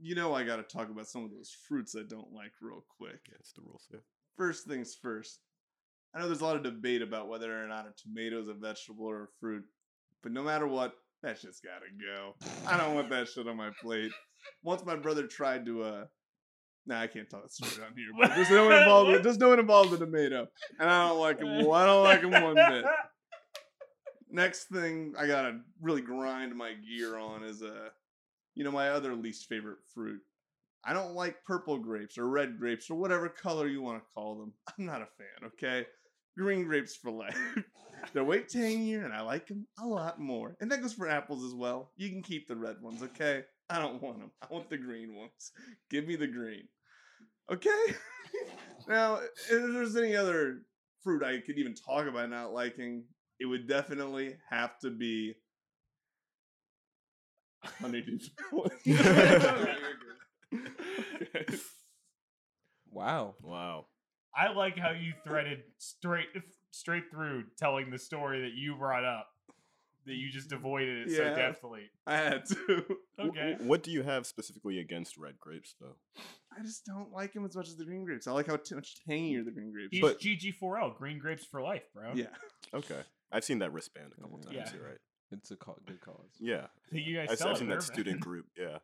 Speaker 2: You know I got to talk about some of those fruits I don't like real quick.
Speaker 4: Yeah, it's the rules. Yeah.
Speaker 2: First things first. I know there's a lot of debate about whether or not a tomato is a vegetable or a fruit, but no matter what, that shit's got to go. I don't want that shit on my plate. Once my brother tried to, uh, nah, I can't tell that story on here. But just no one involved. With, just no one involved with the tomato, and I don't like him. I don't like him one bit. next thing I gotta really grind my gear on is uh, you know, my other least favorite fruit. I don't like purple grapes or red grapes or whatever color you want to call them. I'm not a fan, okay? Green grapes for life. They're way tangier and I like them a lot more. And that goes for apples as well. You can keep the red ones, okay? I don't want them. I want the green ones. Give me the green. Okay? now, if there's any other fruit I could even talk about not liking, it would definitely have to be honeydew.
Speaker 3: Wow.
Speaker 4: Wow.
Speaker 1: I like how you threaded straight straight through telling the story that you brought up. that you just avoided it
Speaker 2: Yeah.
Speaker 1: so deftly.
Speaker 2: I had to.
Speaker 4: Wh-
Speaker 1: Okay.
Speaker 4: wh- What do you have specifically against red grapes, though?
Speaker 2: I just don't like them as much as the green grapes. I like how t- much tangier the green grapes.
Speaker 1: He's
Speaker 2: are.
Speaker 4: But-
Speaker 1: GG4L, oh, green grapes for life, bro.
Speaker 2: yeah,
Speaker 4: Okay. I've seen that wristband a
Speaker 3: Uh,
Speaker 4: couple times.
Speaker 1: Yeah.
Speaker 4: You're right.
Speaker 3: It's a ca- good cause.
Speaker 4: Yeah.
Speaker 1: I think you guys
Speaker 4: I've,
Speaker 1: sell
Speaker 4: I've
Speaker 1: it
Speaker 4: seen that
Speaker 1: wherever.
Speaker 4: student group. Yeah.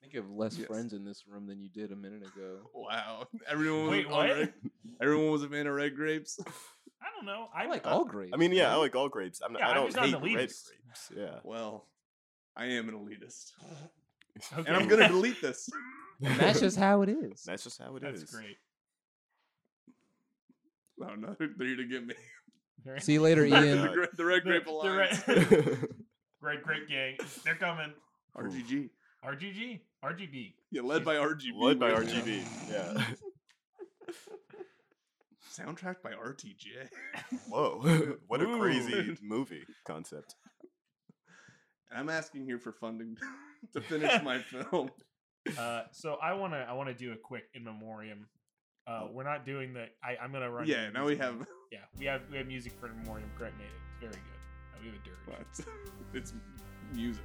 Speaker 3: think you have less
Speaker 2: Yes.
Speaker 3: friends in this room than you did a minute ago.
Speaker 2: wow. Everyone was
Speaker 1: Wait,
Speaker 2: on
Speaker 1: what?
Speaker 2: red- everyone was a fan of red grapes.
Speaker 1: I don't know.
Speaker 3: I like
Speaker 1: all.
Speaker 3: all grapes.
Speaker 4: I mean, yeah, I
Speaker 3: right?
Speaker 4: like all grapes. I'm not,
Speaker 1: Yeah,
Speaker 4: I
Speaker 1: I'm
Speaker 4: don't
Speaker 1: just not an
Speaker 4: hate red
Speaker 1: elitist.
Speaker 4: grapes. Yeah.
Speaker 2: Well, I am an elitist,
Speaker 1: Okay.
Speaker 2: and I'm gonna delete this.
Speaker 3: And that's just how it is.
Speaker 4: That's just how it is.
Speaker 1: That's great.
Speaker 2: Oh, another three to get me.
Speaker 1: Very-
Speaker 3: See you later,
Speaker 4: Yeah.
Speaker 3: Ian.
Speaker 2: the, gra- the red
Speaker 1: The-
Speaker 2: grape
Speaker 1: the
Speaker 2: alliance.
Speaker 1: red- Red grape gang. They're coming.
Speaker 2: RGG.
Speaker 1: RGG. RGB.
Speaker 2: Yeah, led by RGB.
Speaker 4: Led by
Speaker 2: right?
Speaker 4: RGB. Yeah.
Speaker 2: Soundtrack by RTJ.
Speaker 4: Whoa. what a
Speaker 1: Ooh.
Speaker 4: crazy movie concept.
Speaker 2: And I'm asking here for funding to finish my film.
Speaker 1: Uh, so I wanna I wanna do a quick in memoriam. Uh, we're not doing the. I, I'm gonna run.
Speaker 2: Oh. Yeah,
Speaker 1: the
Speaker 2: now we
Speaker 1: music.
Speaker 2: have
Speaker 1: Yeah, we have we have music for in memoriam. Correct, Nate. It's very good. Uh, we have a dirge.
Speaker 2: but it's music.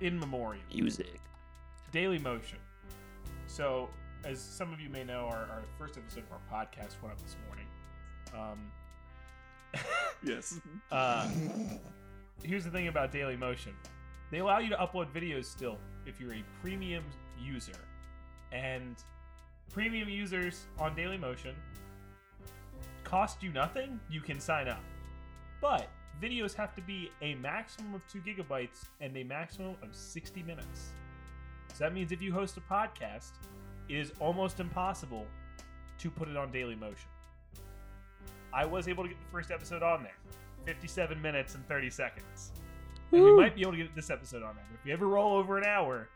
Speaker 1: in memoriam music daily motion so as some of you may know our, our first episode of our podcast went up this morning um,
Speaker 2: Yes.
Speaker 1: uh, here's the thing about daily motion they allow you to upload videos still if you're a premium user and premium users on daily motion cost you nothing you can sign up but videos have to be a maximum of 2 gigabytes and a maximum of 60 minutes so that means if you host a podcast it is almost impossible to put it on daily motion i was able to get the first episode on there 57 minutes and 30 seconds and we might be able to get this episode on there but if we ever roll over an hour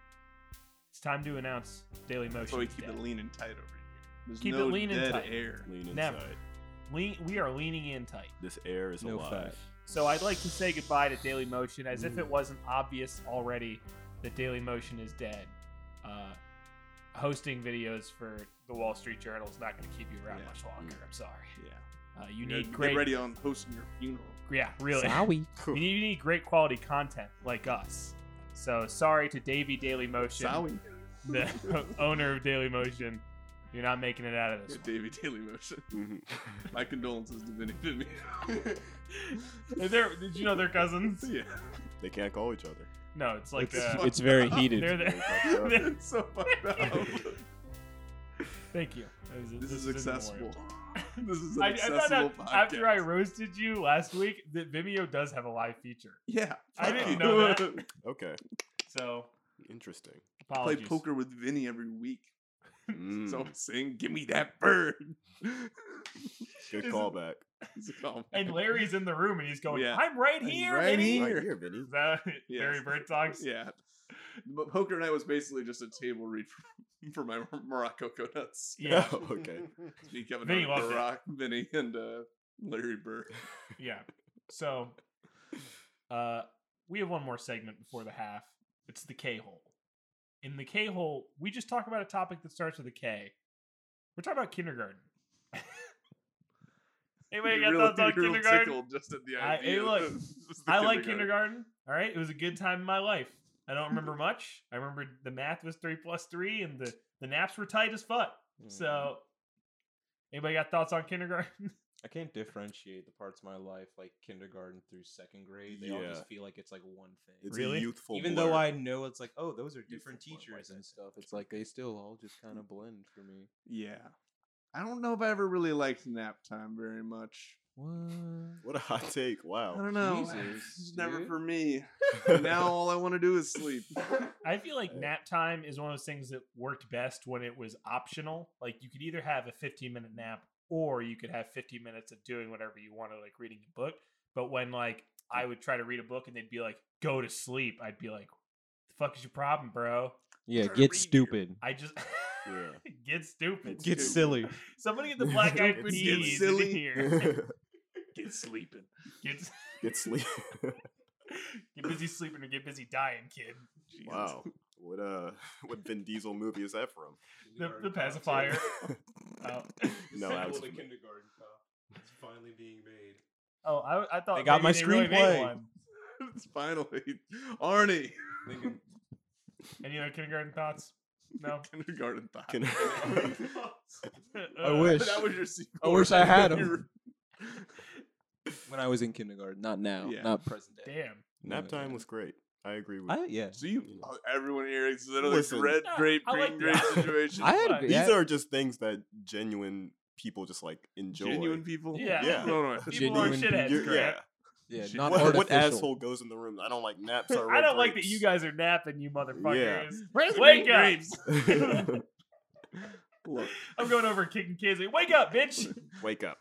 Speaker 1: it's time to announce daily motion
Speaker 2: That's why we keep it lean and tight over here. There's
Speaker 1: Keep it
Speaker 2: no
Speaker 1: lean and
Speaker 2: dead
Speaker 1: tight.
Speaker 2: air.
Speaker 4: Lean inside.
Speaker 1: Never. lean, we are leaning in tight
Speaker 4: This air is
Speaker 3: No
Speaker 4: alive.
Speaker 1: So I'd like to say goodbye to Daily Motion, as
Speaker 2: Mm.
Speaker 1: if it wasn't obvious already that Daily Motion is dead. Uh, hosting videos for the Wall Street Journal is not going to keep you around
Speaker 2: Yeah.
Speaker 1: much longer. I'm sorry.
Speaker 2: Yeah.
Speaker 1: Uh, you
Speaker 2: gotta
Speaker 1: need
Speaker 2: get
Speaker 1: great,
Speaker 2: ready on hosting your funeral.
Speaker 1: yeah, really.
Speaker 3: Sorry.
Speaker 1: You need, you need great quality content like us. So sorry to Davey Daily Motion,
Speaker 2: Sorry.
Speaker 1: the owner of Daily Motion. You're not making it out of this.
Speaker 2: Yeah, David Daily Motion.
Speaker 4: Mhm.
Speaker 2: My condolences to Vinny Vinny.
Speaker 1: one. They're, did you know they're cousins?
Speaker 2: yeah.
Speaker 4: they can't call each other.
Speaker 1: No, it's like
Speaker 2: It's-
Speaker 1: uh,
Speaker 2: it's very heated.
Speaker 1: They're
Speaker 4: Very fucked up.
Speaker 1: the, they're-
Speaker 2: It's so fucked up.
Speaker 1: Thank you. That was-
Speaker 2: This is
Speaker 1: was in memoriam.
Speaker 2: accessible. This is an
Speaker 1: I, I found
Speaker 2: accessible
Speaker 1: out
Speaker 2: podcast.
Speaker 1: after I roasted you last week that Vimeo does have a live feature.
Speaker 2: yeah,
Speaker 1: I
Speaker 2: fuck
Speaker 1: didn't
Speaker 2: you.
Speaker 1: know that.
Speaker 4: Okay.
Speaker 1: So
Speaker 4: Interesting.
Speaker 2: play
Speaker 1: apologies.
Speaker 2: poker with Vinny every week.
Speaker 4: Mm,
Speaker 2: So I'm saying, give me that bird.
Speaker 4: good
Speaker 1: is-
Speaker 4: callback.
Speaker 2: It's a callback.
Speaker 1: And Larry's in the room and he's going,
Speaker 2: Yeah.
Speaker 1: "I'm right
Speaker 2: He's
Speaker 1: here,
Speaker 2: right
Speaker 1: Vinny."
Speaker 2: here.
Speaker 4: Right here, Vinny.
Speaker 1: Is that Larry
Speaker 2: Yes.
Speaker 1: Bird talks?
Speaker 2: yeah. But poker night was basically just a table read for, for my Morocco coconuts.
Speaker 1: Yeah.
Speaker 4: Oh, okay.
Speaker 2: Me, Kevin
Speaker 1: Vinny
Speaker 2: Hart,
Speaker 1: loved it.
Speaker 2: Barack, Vinny, and uh, Larry Bird.
Speaker 1: Yeah. So, uh, we have one more segment before the half. It's the K hole. In the K hole, we just talk about a topic that starts with a K. We're talking about kindergarten. Anybody got thoughts on
Speaker 2: real
Speaker 1: kindergarten?
Speaker 2: tickled just at the
Speaker 1: I- hey,
Speaker 2: idea. of
Speaker 1: look,
Speaker 2: this- just the
Speaker 1: I like kindergarten. All right, it was a good time in my life. I don't remember much. I remember the math was three plus three, and the the naps were tight as fuck.
Speaker 4: Mm-hmm.
Speaker 1: So, anybody got thoughts on kindergarten?
Speaker 3: I can't differentiate the parts of my life like kindergarten through second grade. They all
Speaker 4: Yeah.
Speaker 3: just feel like it's like one thing.
Speaker 4: It's
Speaker 1: Really?
Speaker 4: a youthful
Speaker 3: Even though
Speaker 4: blur.
Speaker 3: I know it's like, oh, those are different
Speaker 4: Youthful blood,
Speaker 3: teachers
Speaker 4: like
Speaker 3: and
Speaker 4: that.
Speaker 3: stuff. It's like they still all just kind of blend for me.
Speaker 2: Yeah. I don't know if I ever really liked nap time very much.
Speaker 3: What?
Speaker 4: What a hot take.
Speaker 1: Oh,
Speaker 2: I
Speaker 4: Wow.
Speaker 2: don't know.
Speaker 3: Jesus,
Speaker 2: it's never
Speaker 3: dude.
Speaker 2: for me. now all I want to do is sleep.
Speaker 1: I feel like
Speaker 4: Uh,
Speaker 1: nap time is one of those things that worked best when it was optional. Like you could either have a 15 minute nap or you could have 15 minutes of doing whatever you wanted, like reading a book. But when like I would try to read a book and they'd be like, "Go to sleep," I'd be like, "The fuck is your problem, bro?"
Speaker 3: Yeah,
Speaker 2: Trying to
Speaker 3: get
Speaker 2: read you.
Speaker 3: stupid.
Speaker 1: I just
Speaker 4: Yeah.
Speaker 1: get stupid.
Speaker 4: Get Stupid.
Speaker 3: silly.
Speaker 1: Somebody get the black eyed
Speaker 4: Get
Speaker 1: peas in
Speaker 2: silly.
Speaker 1: here.
Speaker 2: Get sleeping.
Speaker 1: Get, s-
Speaker 4: Get sleep.
Speaker 1: get busy sleeping or get busy dying, kid.
Speaker 2: Jesus.
Speaker 4: wow. What uh what Vin Diesel movie is that from?
Speaker 1: The, the pacifier. Oh,
Speaker 4: No, I was fami-
Speaker 3: kindergarten cop. It's finally being made.
Speaker 1: oh I, I thought
Speaker 3: They got
Speaker 1: maybe
Speaker 3: my
Speaker 1: really made
Speaker 3: screenplay.
Speaker 1: one.
Speaker 2: It's finally Arnie.
Speaker 3: Thinking,
Speaker 1: Any other kindergarten thoughts? No.
Speaker 2: Kindergarten thought.
Speaker 4: Kin-
Speaker 1: Uh,
Speaker 3: wish.
Speaker 2: that was your sequel.
Speaker 3: I wish I had 'em.
Speaker 2: You're-
Speaker 3: when I was in kindergarten, not now,
Speaker 2: Yeah.
Speaker 3: not present day.
Speaker 1: Damn.
Speaker 4: Nap
Speaker 3: Yeah.
Speaker 4: time was great. I agree with.
Speaker 3: I, yeah,
Speaker 2: So you, oh, everyone here is literally
Speaker 4: Listen.
Speaker 2: red,
Speaker 1: No,
Speaker 2: grape,
Speaker 1: I
Speaker 2: green,
Speaker 1: like
Speaker 2: grape
Speaker 1: that.
Speaker 2: situation.
Speaker 3: I had a
Speaker 1: But-
Speaker 3: bit-
Speaker 4: These
Speaker 3: Yeah.
Speaker 4: are just things that genuine people just like enjoy.
Speaker 2: Genuine people.
Speaker 1: Yeah.
Speaker 4: Yeah.
Speaker 2: No, no, no.
Speaker 1: People are
Speaker 3: Genuine
Speaker 1: shitheads,
Speaker 4: You're-
Speaker 1: Grant.
Speaker 3: yeah,
Speaker 2: Shit.
Speaker 3: not
Speaker 4: what, what
Speaker 3: artificial.
Speaker 4: asshole goes in the room? I don't like naps. Or
Speaker 1: I don't like that you guys are napping, you motherfuckers.
Speaker 2: Where's the
Speaker 1: Wake
Speaker 2: green
Speaker 1: up.
Speaker 2: grapes?
Speaker 4: guys.
Speaker 2: Look,
Speaker 1: I'm going over and kicking kids. Like, Wake up, bitch!
Speaker 4: Wake up.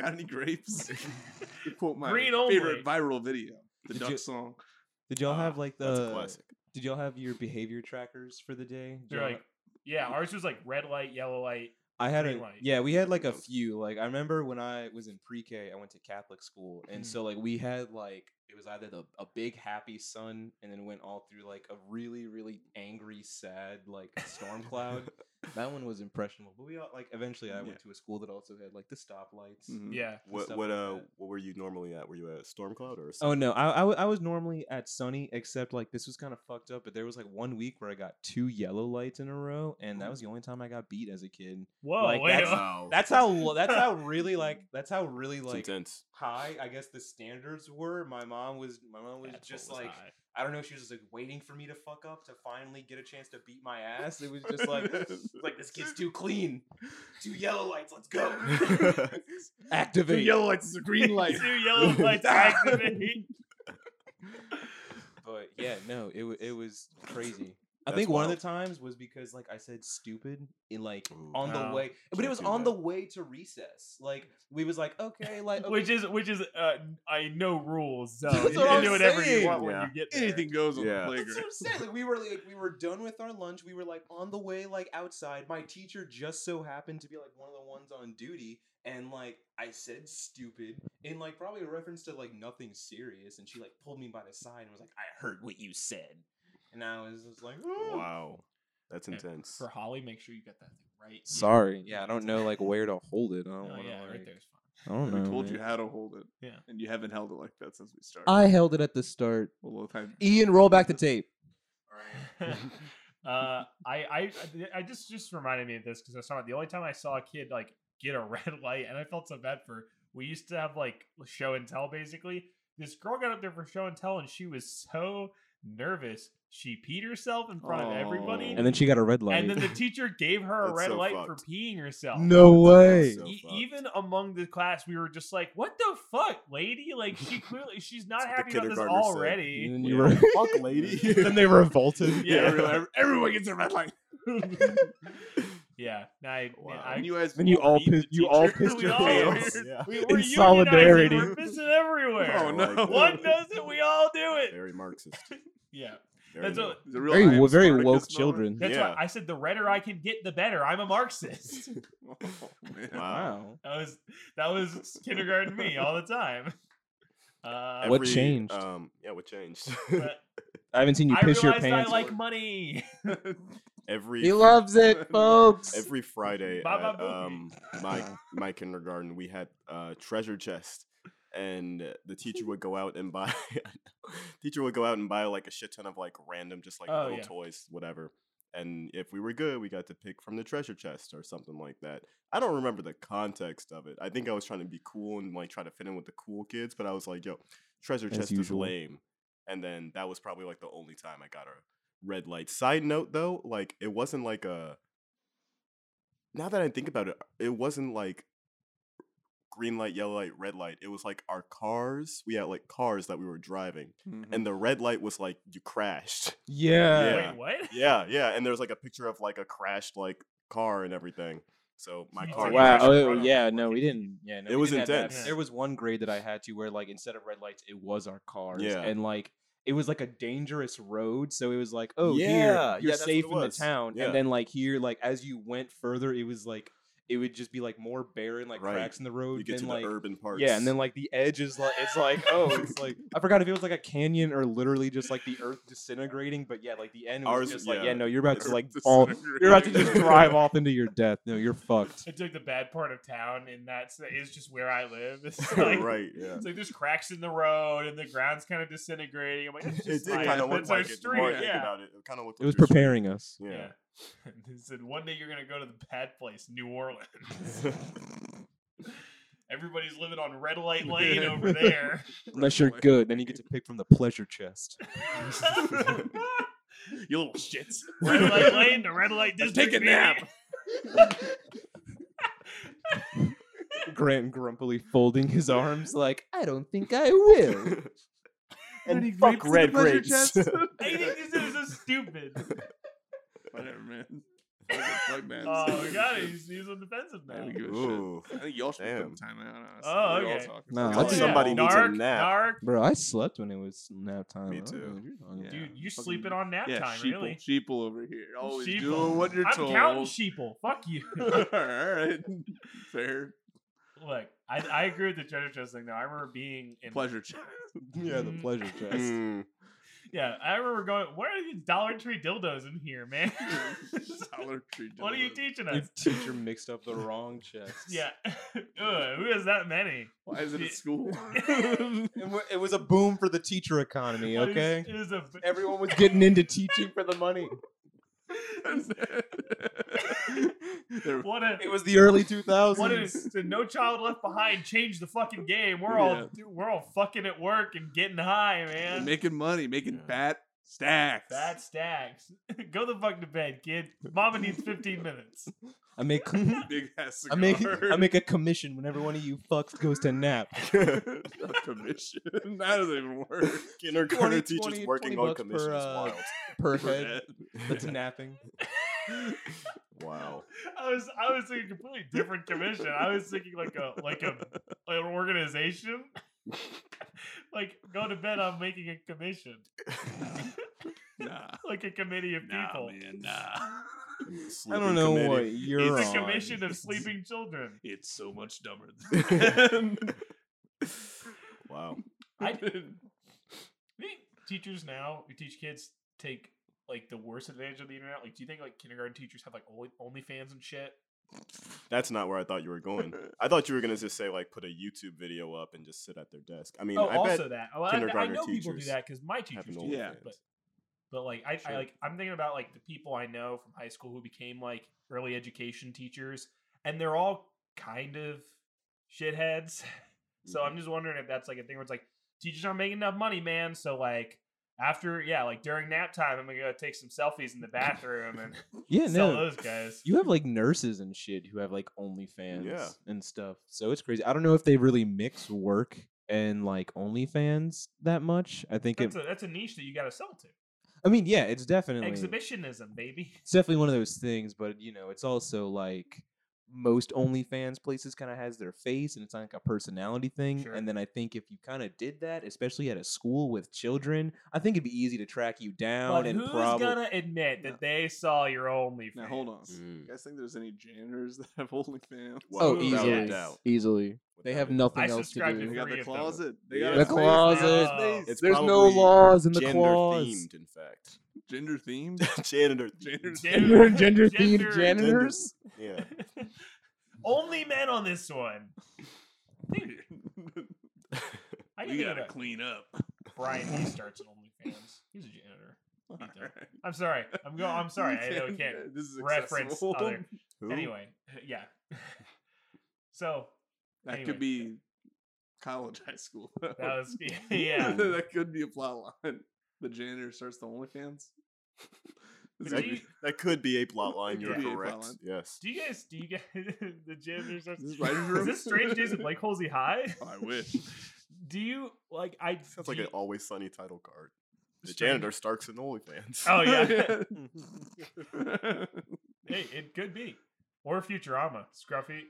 Speaker 2: got any grapes? You quote my
Speaker 1: Green only.
Speaker 2: favorite viral video, the
Speaker 3: Did
Speaker 2: duck
Speaker 3: you-
Speaker 2: song.
Speaker 3: Did y'all
Speaker 4: Ah,
Speaker 3: have like
Speaker 4: That's a
Speaker 3: the?
Speaker 4: classic.
Speaker 3: Did y'all have your behavior trackers for the day? Did
Speaker 1: They're
Speaker 3: y'all-
Speaker 1: like, yeah, ours was like red light, yellow light.
Speaker 3: I had
Speaker 1: green
Speaker 3: a
Speaker 1: light.
Speaker 3: yeah, we had like a
Speaker 4: Those.
Speaker 3: few. Like I remember when I was in pre-K, I went to Catholic school, and
Speaker 4: Mm-hmm.
Speaker 1: Mhm.
Speaker 3: so like we had like it was either the, a big happy sun, and then went all through like a really really angry sad like storm cloud. that one was impressionable, but we all like eventually I
Speaker 4: Yeah. Mm-hmm.
Speaker 3: went to a school that also had like the stoplights.
Speaker 2: Mhm.
Speaker 1: Yeah.
Speaker 4: What
Speaker 3: stuff
Speaker 4: what
Speaker 3: like
Speaker 4: uh
Speaker 3: that.
Speaker 4: what were you normally at? Were you at Stormcloud or?
Speaker 3: Oh
Speaker 4: Sun-
Speaker 3: no, I, I w- I was normally at Sunny, except like this was kind of fucked up. But there was like one week where I got two yellow lights in a row, and
Speaker 2: Mm.
Speaker 3: that was the only time I got beat as a kid.
Speaker 1: Whoa,
Speaker 3: Like,
Speaker 1: wait.
Speaker 3: that's-
Speaker 1: uh,
Speaker 4: Wow.
Speaker 3: That's how lo- that's how really like that's how really
Speaker 4: It's
Speaker 3: like
Speaker 4: intense.
Speaker 3: high I guess the standards were. My mom was my mom was
Speaker 1: that's what
Speaker 3: just
Speaker 1: was
Speaker 3: like
Speaker 1: high.
Speaker 3: I don't know if she was just like waiting for me to fuck up to finally get a chance to beat my ass. It was just like like this kid's too clean. Two yellow lights, let's go.
Speaker 2: The
Speaker 3: Activate.
Speaker 2: yellow lights is a green light.
Speaker 1: two yellow lights activate.
Speaker 3: But yeah, no, it wa- it was crazy. I
Speaker 4: That's
Speaker 3: think one of
Speaker 4: wild.
Speaker 3: the times was because like I said stupid in like
Speaker 4: Ooh.
Speaker 3: on the
Speaker 1: Oh,
Speaker 3: way but
Speaker 4: can't
Speaker 3: it was
Speaker 4: do
Speaker 3: on
Speaker 4: that.
Speaker 3: the way to recess. Like we was like, okay, like okay,
Speaker 1: which is which is uh, I no rules, so
Speaker 3: That's
Speaker 1: you
Speaker 3: what
Speaker 1: can
Speaker 3: I'm
Speaker 1: do whatever you
Speaker 3: saying.
Speaker 1: want when
Speaker 4: Yeah.
Speaker 1: you get there.
Speaker 2: Anything goes on
Speaker 4: Yeah.
Speaker 2: the
Speaker 3: That's what
Speaker 2: playground.
Speaker 3: I'm saying. Like we were like we were done with our lunch. We were like on the way like outside. My teacher just so happened to be like one of the ones on duty, and like I said stupid in like probably a reference to like nothing serious, and she like pulled me by the side and was like, "I heard what you said," and I was just like, "Oh."
Speaker 4: Wow. That's
Speaker 1: Yeah,
Speaker 4: intense.
Speaker 1: For Holly, make sure you got that thing right.
Speaker 3: Sorry. Yeah, I don't know like where to hold it. I don't
Speaker 1: Oh,
Speaker 3: want to.
Speaker 1: yeah,
Speaker 3: like,
Speaker 1: right there is fine.
Speaker 3: I don't know.
Speaker 2: we told you
Speaker 3: man.
Speaker 2: how to hold it.
Speaker 1: Yeah.
Speaker 2: And you haven't held it like that since we started.
Speaker 3: I held it at the start.
Speaker 2: a little time.
Speaker 3: Ian, roll back the tape.
Speaker 1: uh, I, I I just just reminded me of this because I saw it. The only time I saw a kid like get a red light, and I felt so bad for. We used to have like show and tell, basically. This girl got up there for show and tell, and she was so nervous she peed herself in front of everybody,
Speaker 2: Oh.
Speaker 1: and
Speaker 3: And then she got a red light.
Speaker 1: then, the teacher gave her a
Speaker 4: That's
Speaker 1: red
Speaker 4: so
Speaker 1: light for
Speaker 4: fucked.
Speaker 1: peeing herself.
Speaker 3: no way.
Speaker 4: way. So
Speaker 1: E-
Speaker 4: fucked.
Speaker 1: even among the class, we were just like, "What the fuck, lady? Like, she clearly she's not
Speaker 4: That's what the
Speaker 1: happy about this
Speaker 4: kindergartner said.
Speaker 1: already."
Speaker 3: And
Speaker 4: you were- Fuck, lady.
Speaker 3: then they revolted.
Speaker 1: Yeah.
Speaker 2: everyone, everyone gets a red light.
Speaker 1: Yeah, nah, I, man,
Speaker 4: Wow.
Speaker 1: I
Speaker 2: And you guys,
Speaker 3: Then you all
Speaker 2: beat the
Speaker 3: pissed- you all
Speaker 2: teacher.
Speaker 3: pissed
Speaker 2: We
Speaker 1: your
Speaker 2: all
Speaker 1: pants.
Speaker 2: were.
Speaker 4: Yeah.
Speaker 1: We,
Speaker 3: In
Speaker 1: we're unionizing,
Speaker 3: solidarity.
Speaker 1: We're pissing everywhere.
Speaker 2: Oh, no.
Speaker 4: Like,
Speaker 1: One does it, we all do it.
Speaker 4: Very Marxist.
Speaker 1: Yeah,
Speaker 4: Very
Speaker 1: That's a-
Speaker 2: It's a real I
Speaker 3: Very
Speaker 2: am
Speaker 3: wo- very
Speaker 2: Spartacus
Speaker 3: woke
Speaker 2: moment.
Speaker 3: children.
Speaker 1: that's
Speaker 4: Yeah.
Speaker 1: why I said the redder I can get, the better. I'm a Marxist.
Speaker 2: Oh, man.
Speaker 4: Wow.
Speaker 1: That was that was kindergarten me all the time. Uh,
Speaker 3: What changed?
Speaker 4: Um, yeah, what changed?
Speaker 1: but
Speaker 3: I haven't seen you
Speaker 1: I
Speaker 3: piss
Speaker 1: realized
Speaker 3: your
Speaker 1: I
Speaker 3: pants.
Speaker 1: like money.
Speaker 4: every
Speaker 3: he loves it, folks.
Speaker 4: every Friday
Speaker 1: Baba
Speaker 4: at
Speaker 1: Booey.
Speaker 4: um, my my kindergarten, we had uh, treasure chest, and uh, the teacher would go out and buy. teacher would go out and buy like a shit ton of like random, just like
Speaker 1: Oh,
Speaker 4: little
Speaker 1: yeah.
Speaker 4: toys, whatever. And if we were good, we got to pick from the treasure chest or something like that. I don't remember the context of it. I think I was trying to be cool and like try to fit in with the cool kids, but I was like, "Yo, treasure
Speaker 3: As
Speaker 4: chest
Speaker 3: usual.
Speaker 4: is lame." And then that was probably like the only time I got a red light. Side note though, like it wasn't like a now that I think about it, it wasn't like green light, yellow light, red light. It was like our cars. We had like cars that we were driving,
Speaker 2: Mhm.
Speaker 3: Mm.
Speaker 4: and the red light was like you crashed.
Speaker 3: yeah.
Speaker 4: Yeah.
Speaker 1: Wait, what?
Speaker 4: yeah, yeah. And there was like a picture of like a crashed like car and everything. So my
Speaker 1: It's
Speaker 4: car.
Speaker 1: like you
Speaker 4: got
Speaker 3: Wow.
Speaker 1: guys
Speaker 4: crashed.
Speaker 1: should
Speaker 3: Oh,
Speaker 1: run
Speaker 3: yeah.
Speaker 1: them.
Speaker 3: No, we didn't. Yeah. No,
Speaker 4: It
Speaker 3: we
Speaker 4: was
Speaker 3: didn't have that.
Speaker 1: intense.
Speaker 3: There was one grade that I had to where, like, instead of red lights, it was our cars.
Speaker 4: Yeah.
Speaker 3: And, like, it was like a dangerous road. So it was like, oh,
Speaker 4: Yeah,
Speaker 3: here,
Speaker 4: yeah,
Speaker 3: you're
Speaker 4: that's what
Speaker 3: safe
Speaker 4: it
Speaker 3: in the
Speaker 4: was.
Speaker 3: town.
Speaker 4: Yeah.
Speaker 3: And then, like, here, like, as you went further, it was like, it would just be like more barren, like
Speaker 4: Right.
Speaker 3: cracks in the road.
Speaker 4: You get to
Speaker 3: than,
Speaker 4: the
Speaker 3: like,
Speaker 4: urban parts.
Speaker 3: yeah, and then like the edge is like it's like oh, it's like I forgot if it was like a canyon or literally just like the earth disintegrating. But yeah, like the end was
Speaker 4: Ours-
Speaker 3: just like
Speaker 4: yeah,
Speaker 3: yeah, no, you're about
Speaker 4: it's
Speaker 3: to like fall, you're about to just drive off into your death. No, you're fucked.
Speaker 1: It's like the bad part of town, and that's is just where I live. It's like,
Speaker 4: right, yeah.
Speaker 1: It's like there's cracks in the road, and the ground's kind of disintegrating. I'm like, that's
Speaker 4: It
Speaker 1: just
Speaker 4: did
Speaker 1: life.
Speaker 4: kind of look
Speaker 1: That's our
Speaker 4: like it. The more I
Speaker 1: street.
Speaker 4: think
Speaker 1: Yeah.
Speaker 4: about it, it kind of looked.
Speaker 3: It
Speaker 4: like
Speaker 3: was
Speaker 4: your street.
Speaker 3: preparing us.
Speaker 4: Yeah.
Speaker 1: He said, one day you're going to go to the bad place, New Orleans. Everybody's living on red light lane over there.
Speaker 3: Unless you're good, then you get to pick from the pleasure chest.
Speaker 1: you little shits. Red light lane to red light district. Take a nap.
Speaker 3: Grant grumpily folding his arms, like I don't think I will.
Speaker 2: Any grapes
Speaker 3: and fuck
Speaker 2: in the
Speaker 3: red
Speaker 2: pleasure
Speaker 3: grapes.
Speaker 2: chest?
Speaker 1: Hating this is so stupid.
Speaker 2: Whatever, man. Fucking Plug man.
Speaker 1: Oh, God, he's, he's on defensive
Speaker 2: I don't
Speaker 1: now.
Speaker 2: give a shit.
Speaker 4: Ooh.
Speaker 2: I think y'all should put some
Speaker 4: Damn.
Speaker 2: time out. Honestly.
Speaker 1: Oh,
Speaker 2: We all
Speaker 1: okay.
Speaker 2: talk.
Speaker 3: Nah, I
Speaker 1: Oh,
Speaker 3: think somebody
Speaker 4: needs a
Speaker 1: Narc,
Speaker 4: nap.
Speaker 1: narc.
Speaker 3: Bro, I slept when it was nap time.
Speaker 4: Me
Speaker 3: I don't know
Speaker 4: too.
Speaker 3: what you're talking
Speaker 2: Yeah.
Speaker 1: Dude, you
Speaker 2: fucking-
Speaker 1: sleeping on nap
Speaker 2: yeah,
Speaker 1: time,
Speaker 2: sheeple,
Speaker 1: really?
Speaker 2: sheeple over here. Always
Speaker 1: Sheeple.
Speaker 2: doing what you're
Speaker 1: I'm
Speaker 2: told.
Speaker 1: counting sheeple. Fuck you.
Speaker 2: all right, fair
Speaker 1: Look, I, I agree with the treasure chest thing, though. I remember being in
Speaker 2: pleasure. Chest.
Speaker 3: about. Yeah, the
Speaker 1: Mm.
Speaker 3: pleasure chest.
Speaker 4: Mm.
Speaker 1: Yeah, I remember going, where are these Dollar Tree dildos in here, man?
Speaker 2: Dollar Tree.
Speaker 1: what are you
Speaker 2: dildos.
Speaker 1: teaching
Speaker 3: Your
Speaker 1: us?
Speaker 3: teacher mixed up the wrong chest.
Speaker 1: Yeah. Ugh, who has that many?
Speaker 2: Why is it
Speaker 1: Yeah.
Speaker 2: at school?
Speaker 3: It, wa- it was a boom for the teacher economy,
Speaker 1: What is-
Speaker 3: okay?
Speaker 1: It is a,
Speaker 3: Everyone was getting into teaching for the money.
Speaker 2: There-
Speaker 1: what a,
Speaker 3: It was the early 2000s.
Speaker 1: what a, so no child left behind change the fucking game. We're all
Speaker 2: Yeah.
Speaker 1: dude, we're all fucking at work and getting high,
Speaker 2: They're
Speaker 1: man.
Speaker 2: making money, making
Speaker 4: Yeah.
Speaker 2: fat stacks.
Speaker 1: That stacks. Go the fuck to bed, kid. Mama needs 15 minutes.
Speaker 3: I make
Speaker 2: big ass cigar.
Speaker 3: I make I make a commission when every one of you fucks goes to nap.
Speaker 4: Hmm.
Speaker 2: a commission. That doesn't even work.
Speaker 4: Kindergarten
Speaker 3: 20
Speaker 4: teachers
Speaker 3: 20
Speaker 4: working on
Speaker 3: bucks per,
Speaker 4: commission is
Speaker 3: uh,
Speaker 4: wild.
Speaker 3: Per
Speaker 2: For
Speaker 3: head.
Speaker 2: that.
Speaker 3: That's napping.
Speaker 4: wow.
Speaker 1: I was I was thinking completely different commission. I was thinking like a like a like an organization. like go to bed, I'm making a commission.
Speaker 2: Nah,
Speaker 1: Like a committee of
Speaker 2: nah,
Speaker 1: people.
Speaker 2: man, nah.
Speaker 3: I don't know what you're
Speaker 1: It's a
Speaker 3: on.
Speaker 1: commission of sleeping children.
Speaker 2: It's so much dumber. Than
Speaker 4: Wow.
Speaker 1: I think teachers now who teach kids take like the worst advantage of the internet. Like, do you think like kindergarten teachers have like only OnlyFans and shit?
Speaker 4: That's not where I thought you were going. I thought you were gonna just say like put a YouTube video up and just sit at their desk. I mean,
Speaker 1: oh,
Speaker 4: I
Speaker 1: also
Speaker 4: bet
Speaker 1: that. Oh, I, I
Speaker 4: kindergarten
Speaker 1: know people do
Speaker 4: teachers
Speaker 1: that because my
Speaker 4: have
Speaker 1: teachers
Speaker 4: an
Speaker 1: do
Speaker 4: old
Speaker 2: Yeah.
Speaker 1: that. But But like I,
Speaker 4: Sure.
Speaker 1: I like I'm thinking about like the people I know from high school who became like early education teachers and they're all kind of shitheads. So
Speaker 4: Mm-hmm.
Speaker 1: I'm just wondering if that's like a thing where it's like teachers aren't making enough money, man. So like after yeah, like during nap time I'm gonna go take some selfies in the bathroom and
Speaker 3: Yeah,
Speaker 1: sell
Speaker 3: no.
Speaker 1: those guys.
Speaker 3: You have like nurses and shit who have like OnlyFans
Speaker 4: Yeah.
Speaker 3: and stuff. So it's crazy. I don't know if they really mix work and like OnlyFans that much. I think
Speaker 1: That's
Speaker 3: it.
Speaker 1: a, that's a niche that you gotta sell to.
Speaker 3: I mean, yeah, it's definitely
Speaker 1: Exhibitionism, baby.
Speaker 3: it's definitely one of those things, but you know, it's also like most OnlyFans places kind of has their face and it's not like a personality thing.
Speaker 1: Sure.
Speaker 3: And then I think if you kind of did that, especially at a school with children, I think it'd be easy to track you down
Speaker 1: But
Speaker 3: and
Speaker 1: who's
Speaker 3: probably
Speaker 1: gonna admit
Speaker 2: No.
Speaker 1: that they saw your OnlyFans?
Speaker 2: now hold on. You
Speaker 4: Mm.
Speaker 2: guys think there's any janitors that have OnlyFans?
Speaker 3: Oh,
Speaker 1: easily.
Speaker 4: without a
Speaker 1: Yes.
Speaker 4: doubt.
Speaker 3: easily. They
Speaker 4: Without
Speaker 3: have
Speaker 4: a doubt.
Speaker 3: nothing
Speaker 1: I
Speaker 3: else to
Speaker 1: subscribe to
Speaker 3: do.
Speaker 2: They got
Speaker 1: Three
Speaker 2: the
Speaker 1: of them.
Speaker 2: closet. They
Speaker 4: Yeah.
Speaker 2: got a
Speaker 4: The
Speaker 2: space, they got a
Speaker 1: closet.
Speaker 2: space.
Speaker 4: It's
Speaker 3: There's no
Speaker 4: probably
Speaker 3: laws in the
Speaker 4: gender
Speaker 3: clause.
Speaker 4: themed, in fact.
Speaker 2: gender themed.
Speaker 4: Janitor.
Speaker 2: Janitor
Speaker 4: themed.
Speaker 1: Gender-
Speaker 3: Gender-themed
Speaker 1: gender-
Speaker 3: janitor-
Speaker 4: Gender-
Speaker 3: janitors?
Speaker 4: Yeah.
Speaker 1: Only men on this one. Dude, I
Speaker 2: we
Speaker 1: gotta
Speaker 2: gotta
Speaker 1: get a
Speaker 2: clean up.
Speaker 1: Brian. He starts an OnlyFans. He's a janitor.
Speaker 2: All
Speaker 1: done. I'm sorry. I'm going. I'm sorry. I know I can't.
Speaker 2: This is
Speaker 1: reference
Speaker 2: accessible.
Speaker 1: other-
Speaker 4: Who?
Speaker 1: Anyway, yeah. So
Speaker 2: That
Speaker 1: Anyway.
Speaker 2: could be college, high school. though.
Speaker 1: that was yeah.
Speaker 2: that could be a plot line. The janitor starts the OnlyFans. This
Speaker 1: But
Speaker 4: That,
Speaker 1: do
Speaker 2: is-
Speaker 1: you-
Speaker 4: that could be a plot line.
Speaker 2: It
Speaker 4: You're
Speaker 1: could
Speaker 2: be a plot
Speaker 4: correct.
Speaker 2: line.
Speaker 4: Yes.
Speaker 1: Do you guys? Do you guys? The janitor starts.
Speaker 2: This is
Speaker 1: Is
Speaker 2: writer's room.
Speaker 1: this strange days at Blake Halsey High?
Speaker 2: Oh, I wish.
Speaker 1: Do you like? I
Speaker 4: Sounds
Speaker 1: do
Speaker 4: like an
Speaker 1: you-
Speaker 4: always sunny title card. The
Speaker 1: Strange-
Speaker 4: janitor Starks and OnlyFans.
Speaker 1: Oh yeah.
Speaker 2: no,
Speaker 1: hey, it could be. Or Futurama, Scruffy.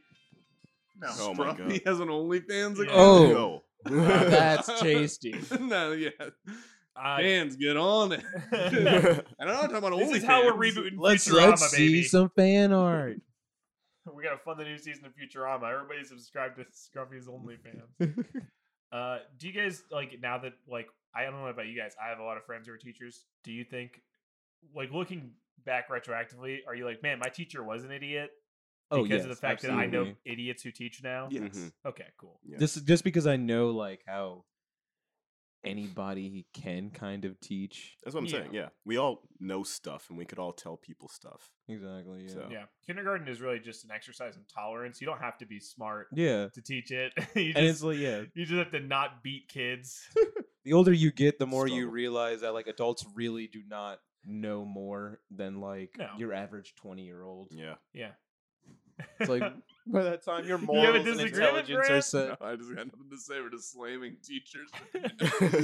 Speaker 4: Oh my
Speaker 2: Scruffy has an OnlyFans
Speaker 1: Yeah.
Speaker 2: account.
Speaker 3: Oh.
Speaker 2: That's
Speaker 3: tasty.
Speaker 2: no, yeah.
Speaker 1: I-
Speaker 2: Fans, get on it. I don't know. I'm talking about
Speaker 1: This
Speaker 2: OnlyFans.
Speaker 1: is how we're rebooting
Speaker 3: Let's
Speaker 1: Futurama,
Speaker 3: let's
Speaker 1: baby.
Speaker 3: see some fan art.
Speaker 1: we gotta fund the new season of Futurama. Everybody subscribe to Scruffy's OnlyFans.
Speaker 3: Oh,
Speaker 1: Uh, do you guys like now that like I don't know about you guys? I have a lot of friends who are teachers. Do you think, like looking back retroactively, are you like, man, my teacher was an idiot
Speaker 3: oh,
Speaker 1: because of the
Speaker 3: yes,
Speaker 1: fact that I know
Speaker 3: absolutely.
Speaker 1: idiots who teach now?
Speaker 4: Yeah.
Speaker 2: Yes.
Speaker 4: Mhm.
Speaker 1: Okay, cool.
Speaker 4: Yeah.
Speaker 3: just just because I know like how anybody can kind of teach.
Speaker 4: That's what I'm
Speaker 1: Yeah.
Speaker 4: saying. Yeah, we all know stuff, and we could all tell people stuff.
Speaker 3: Exactly. Yeah.
Speaker 4: So-
Speaker 1: Yeah, kindergarten is really just an exercise in tolerance. You don't have to be smart
Speaker 3: Yeah.
Speaker 1: to teach it. you
Speaker 3: And it's
Speaker 1: just
Speaker 3: like yeah,
Speaker 1: you just have to not beat kids.
Speaker 3: the older you get, the more you
Speaker 4: Struggle.
Speaker 3: realize that like adults really do not know more than like
Speaker 1: No.
Speaker 3: your average twenty year old.
Speaker 4: Yeah,
Speaker 1: Yeah,
Speaker 3: It's like by that time your
Speaker 1: You have a
Speaker 3: morals and
Speaker 1: disagreement,
Speaker 3: intelligence are
Speaker 1: Brad?
Speaker 3: set.
Speaker 2: No, I just got nothing to say. We're just slamming teachers.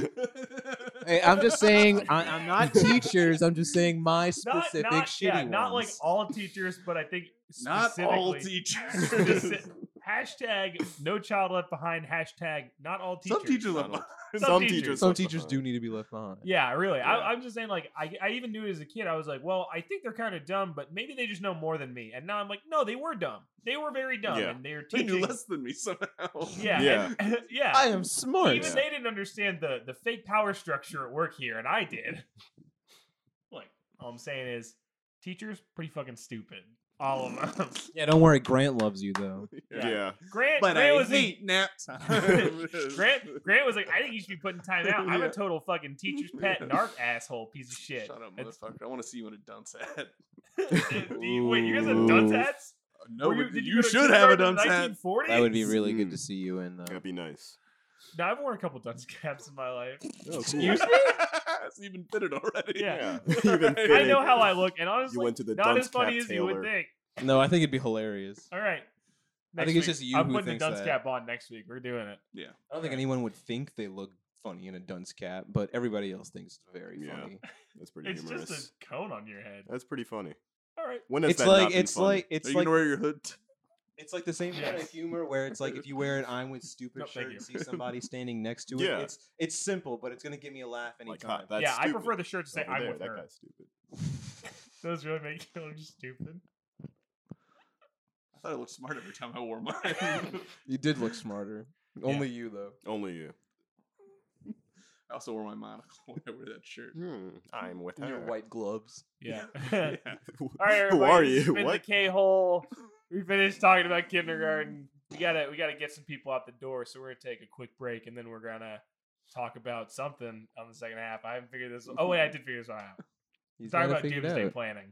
Speaker 3: Hey, I'm just saying, I, I'm not teachers. I'm just saying my
Speaker 1: not
Speaker 3: specific
Speaker 1: not
Speaker 3: shitty
Speaker 1: yeah, not like
Speaker 3: ones.
Speaker 1: all teachers, but I think
Speaker 2: Not all
Speaker 1: specifically-
Speaker 2: teachers.
Speaker 1: Specific- hashtag no child left behind hashtag not all teachers
Speaker 2: Some teachers
Speaker 4: Not
Speaker 2: are
Speaker 4: all-
Speaker 2: fine.
Speaker 1: Some teachers.
Speaker 3: Some
Speaker 4: left
Speaker 3: teachers
Speaker 4: behind.
Speaker 3: do need to be left behind.
Speaker 1: yeah really
Speaker 4: Yeah.
Speaker 1: I, i'm just saying like I, I even knew it as a kid i was like well i think they're kind of dumb but maybe they just know more than me and now i'm like no they were dumb they were very dumb
Speaker 4: Yeah.
Speaker 1: and they're
Speaker 2: They
Speaker 1: teaching
Speaker 2: knew less than me somehow.
Speaker 1: yeah
Speaker 4: Yeah.
Speaker 1: and- yeah
Speaker 3: I am smart.
Speaker 1: even they didn't understand the the fake power structure at work here and i did like all i'm saying is teachers pretty fucking stupid all of them
Speaker 3: Yeah, don't worry. Grant loves you though.
Speaker 1: Yeah.
Speaker 4: yeah.
Speaker 1: grant
Speaker 2: But
Speaker 1: grant
Speaker 2: I
Speaker 1: was in-
Speaker 2: hate nap time.
Speaker 1: Grant Grant was like, I think you should be putting time out. I'm
Speaker 2: Yeah.
Speaker 1: a total fucking teacher's pet narc asshole piece of shit.
Speaker 2: Shut up,
Speaker 1: It's-
Speaker 2: motherfucker. I want to see you in a dunce hat.
Speaker 1: Do you- wait, you guys have dunce
Speaker 4: Ooh.
Speaker 1: hats?
Speaker 2: No,
Speaker 1: Were
Speaker 2: you,
Speaker 1: you, did
Speaker 2: you,
Speaker 1: you, go to
Speaker 2: should have a
Speaker 1: kindergarten
Speaker 2: dunce
Speaker 1: in
Speaker 2: hat.
Speaker 1: 1940?
Speaker 3: That would be really good to
Speaker 4: Mm.
Speaker 3: see you in though.
Speaker 4: That'd be nice.
Speaker 1: No, I've worn a couple dunce caps in my life.
Speaker 3: Oh,
Speaker 4: You,
Speaker 2: Excuse me? so you've been fitted already.
Speaker 1: Yeah.
Speaker 4: Even
Speaker 1: I
Speaker 4: fitted.
Speaker 1: know how I look, and honestly,
Speaker 4: went to the
Speaker 1: not
Speaker 4: dunce
Speaker 1: as funny
Speaker 4: cap
Speaker 1: as you would
Speaker 4: tailor.
Speaker 1: think.
Speaker 3: No, I think it'd be hilarious. I
Speaker 1: All right.
Speaker 3: I
Speaker 1: Next
Speaker 3: think it's
Speaker 1: week.
Speaker 3: just you
Speaker 1: I'm
Speaker 3: who
Speaker 1: putting
Speaker 3: thinks
Speaker 1: the dunce
Speaker 3: that.
Speaker 1: cap on next week. We're doing it.
Speaker 3: don't think anyone would think they look funny in a dunce cap, but everybody else thinks it's very
Speaker 4: Yeah.
Speaker 3: funny.
Speaker 4: That's pretty
Speaker 1: it's
Speaker 4: humorous.
Speaker 1: just a cone on your head.
Speaker 4: That's pretty funny.
Speaker 1: All right.
Speaker 4: When has
Speaker 3: It's
Speaker 4: that not
Speaker 3: like
Speaker 4: been
Speaker 3: it's
Speaker 4: funny?
Speaker 3: like
Speaker 2: Are
Speaker 3: it's
Speaker 2: you
Speaker 3: like
Speaker 2: gonna wear your hood?
Speaker 3: it's like the same kind of
Speaker 1: Yes.
Speaker 3: humor where it's like if you wear an I'm with stupid
Speaker 1: No, thank
Speaker 3: shirt and
Speaker 1: you.
Speaker 3: see somebody standing next to it,
Speaker 4: Yeah.
Speaker 3: it's it's simple, but it's gonna give me a laugh
Speaker 4: Like,
Speaker 3: anytime.
Speaker 4: ha, that's
Speaker 1: uh, yeah, I
Speaker 4: stupid.
Speaker 1: prefer the shirt to say
Speaker 4: Over
Speaker 1: I'm
Speaker 4: there,
Speaker 1: with
Speaker 4: that
Speaker 1: her.
Speaker 4: guy's stupid.
Speaker 1: Those really make you look stupid.
Speaker 2: I thought I looked smart every time I wore mine.
Speaker 3: you did look smarter. Only you though.
Speaker 4: Only you.
Speaker 2: I also wore my monocle when I wear that shirt.
Speaker 4: Mm, Hmm. I'm with
Speaker 3: And your white gloves.
Speaker 1: Yeah.
Speaker 2: Yeah.
Speaker 1: All right, everybody.
Speaker 4: Who are
Speaker 1: this has
Speaker 4: you?
Speaker 1: been
Speaker 4: What?
Speaker 1: the K hole. We finished talking about kindergarten. We gotta we gotta get some people out the door, so we're gonna take a quick break and then we're gonna talk about something on the second half. I haven't figured this. Oh wait, I did figure this one out.
Speaker 3: He's
Speaker 1: Sorry
Speaker 3: gotta
Speaker 1: about
Speaker 3: figure it
Speaker 1: doomsday
Speaker 3: out.
Speaker 1: planning.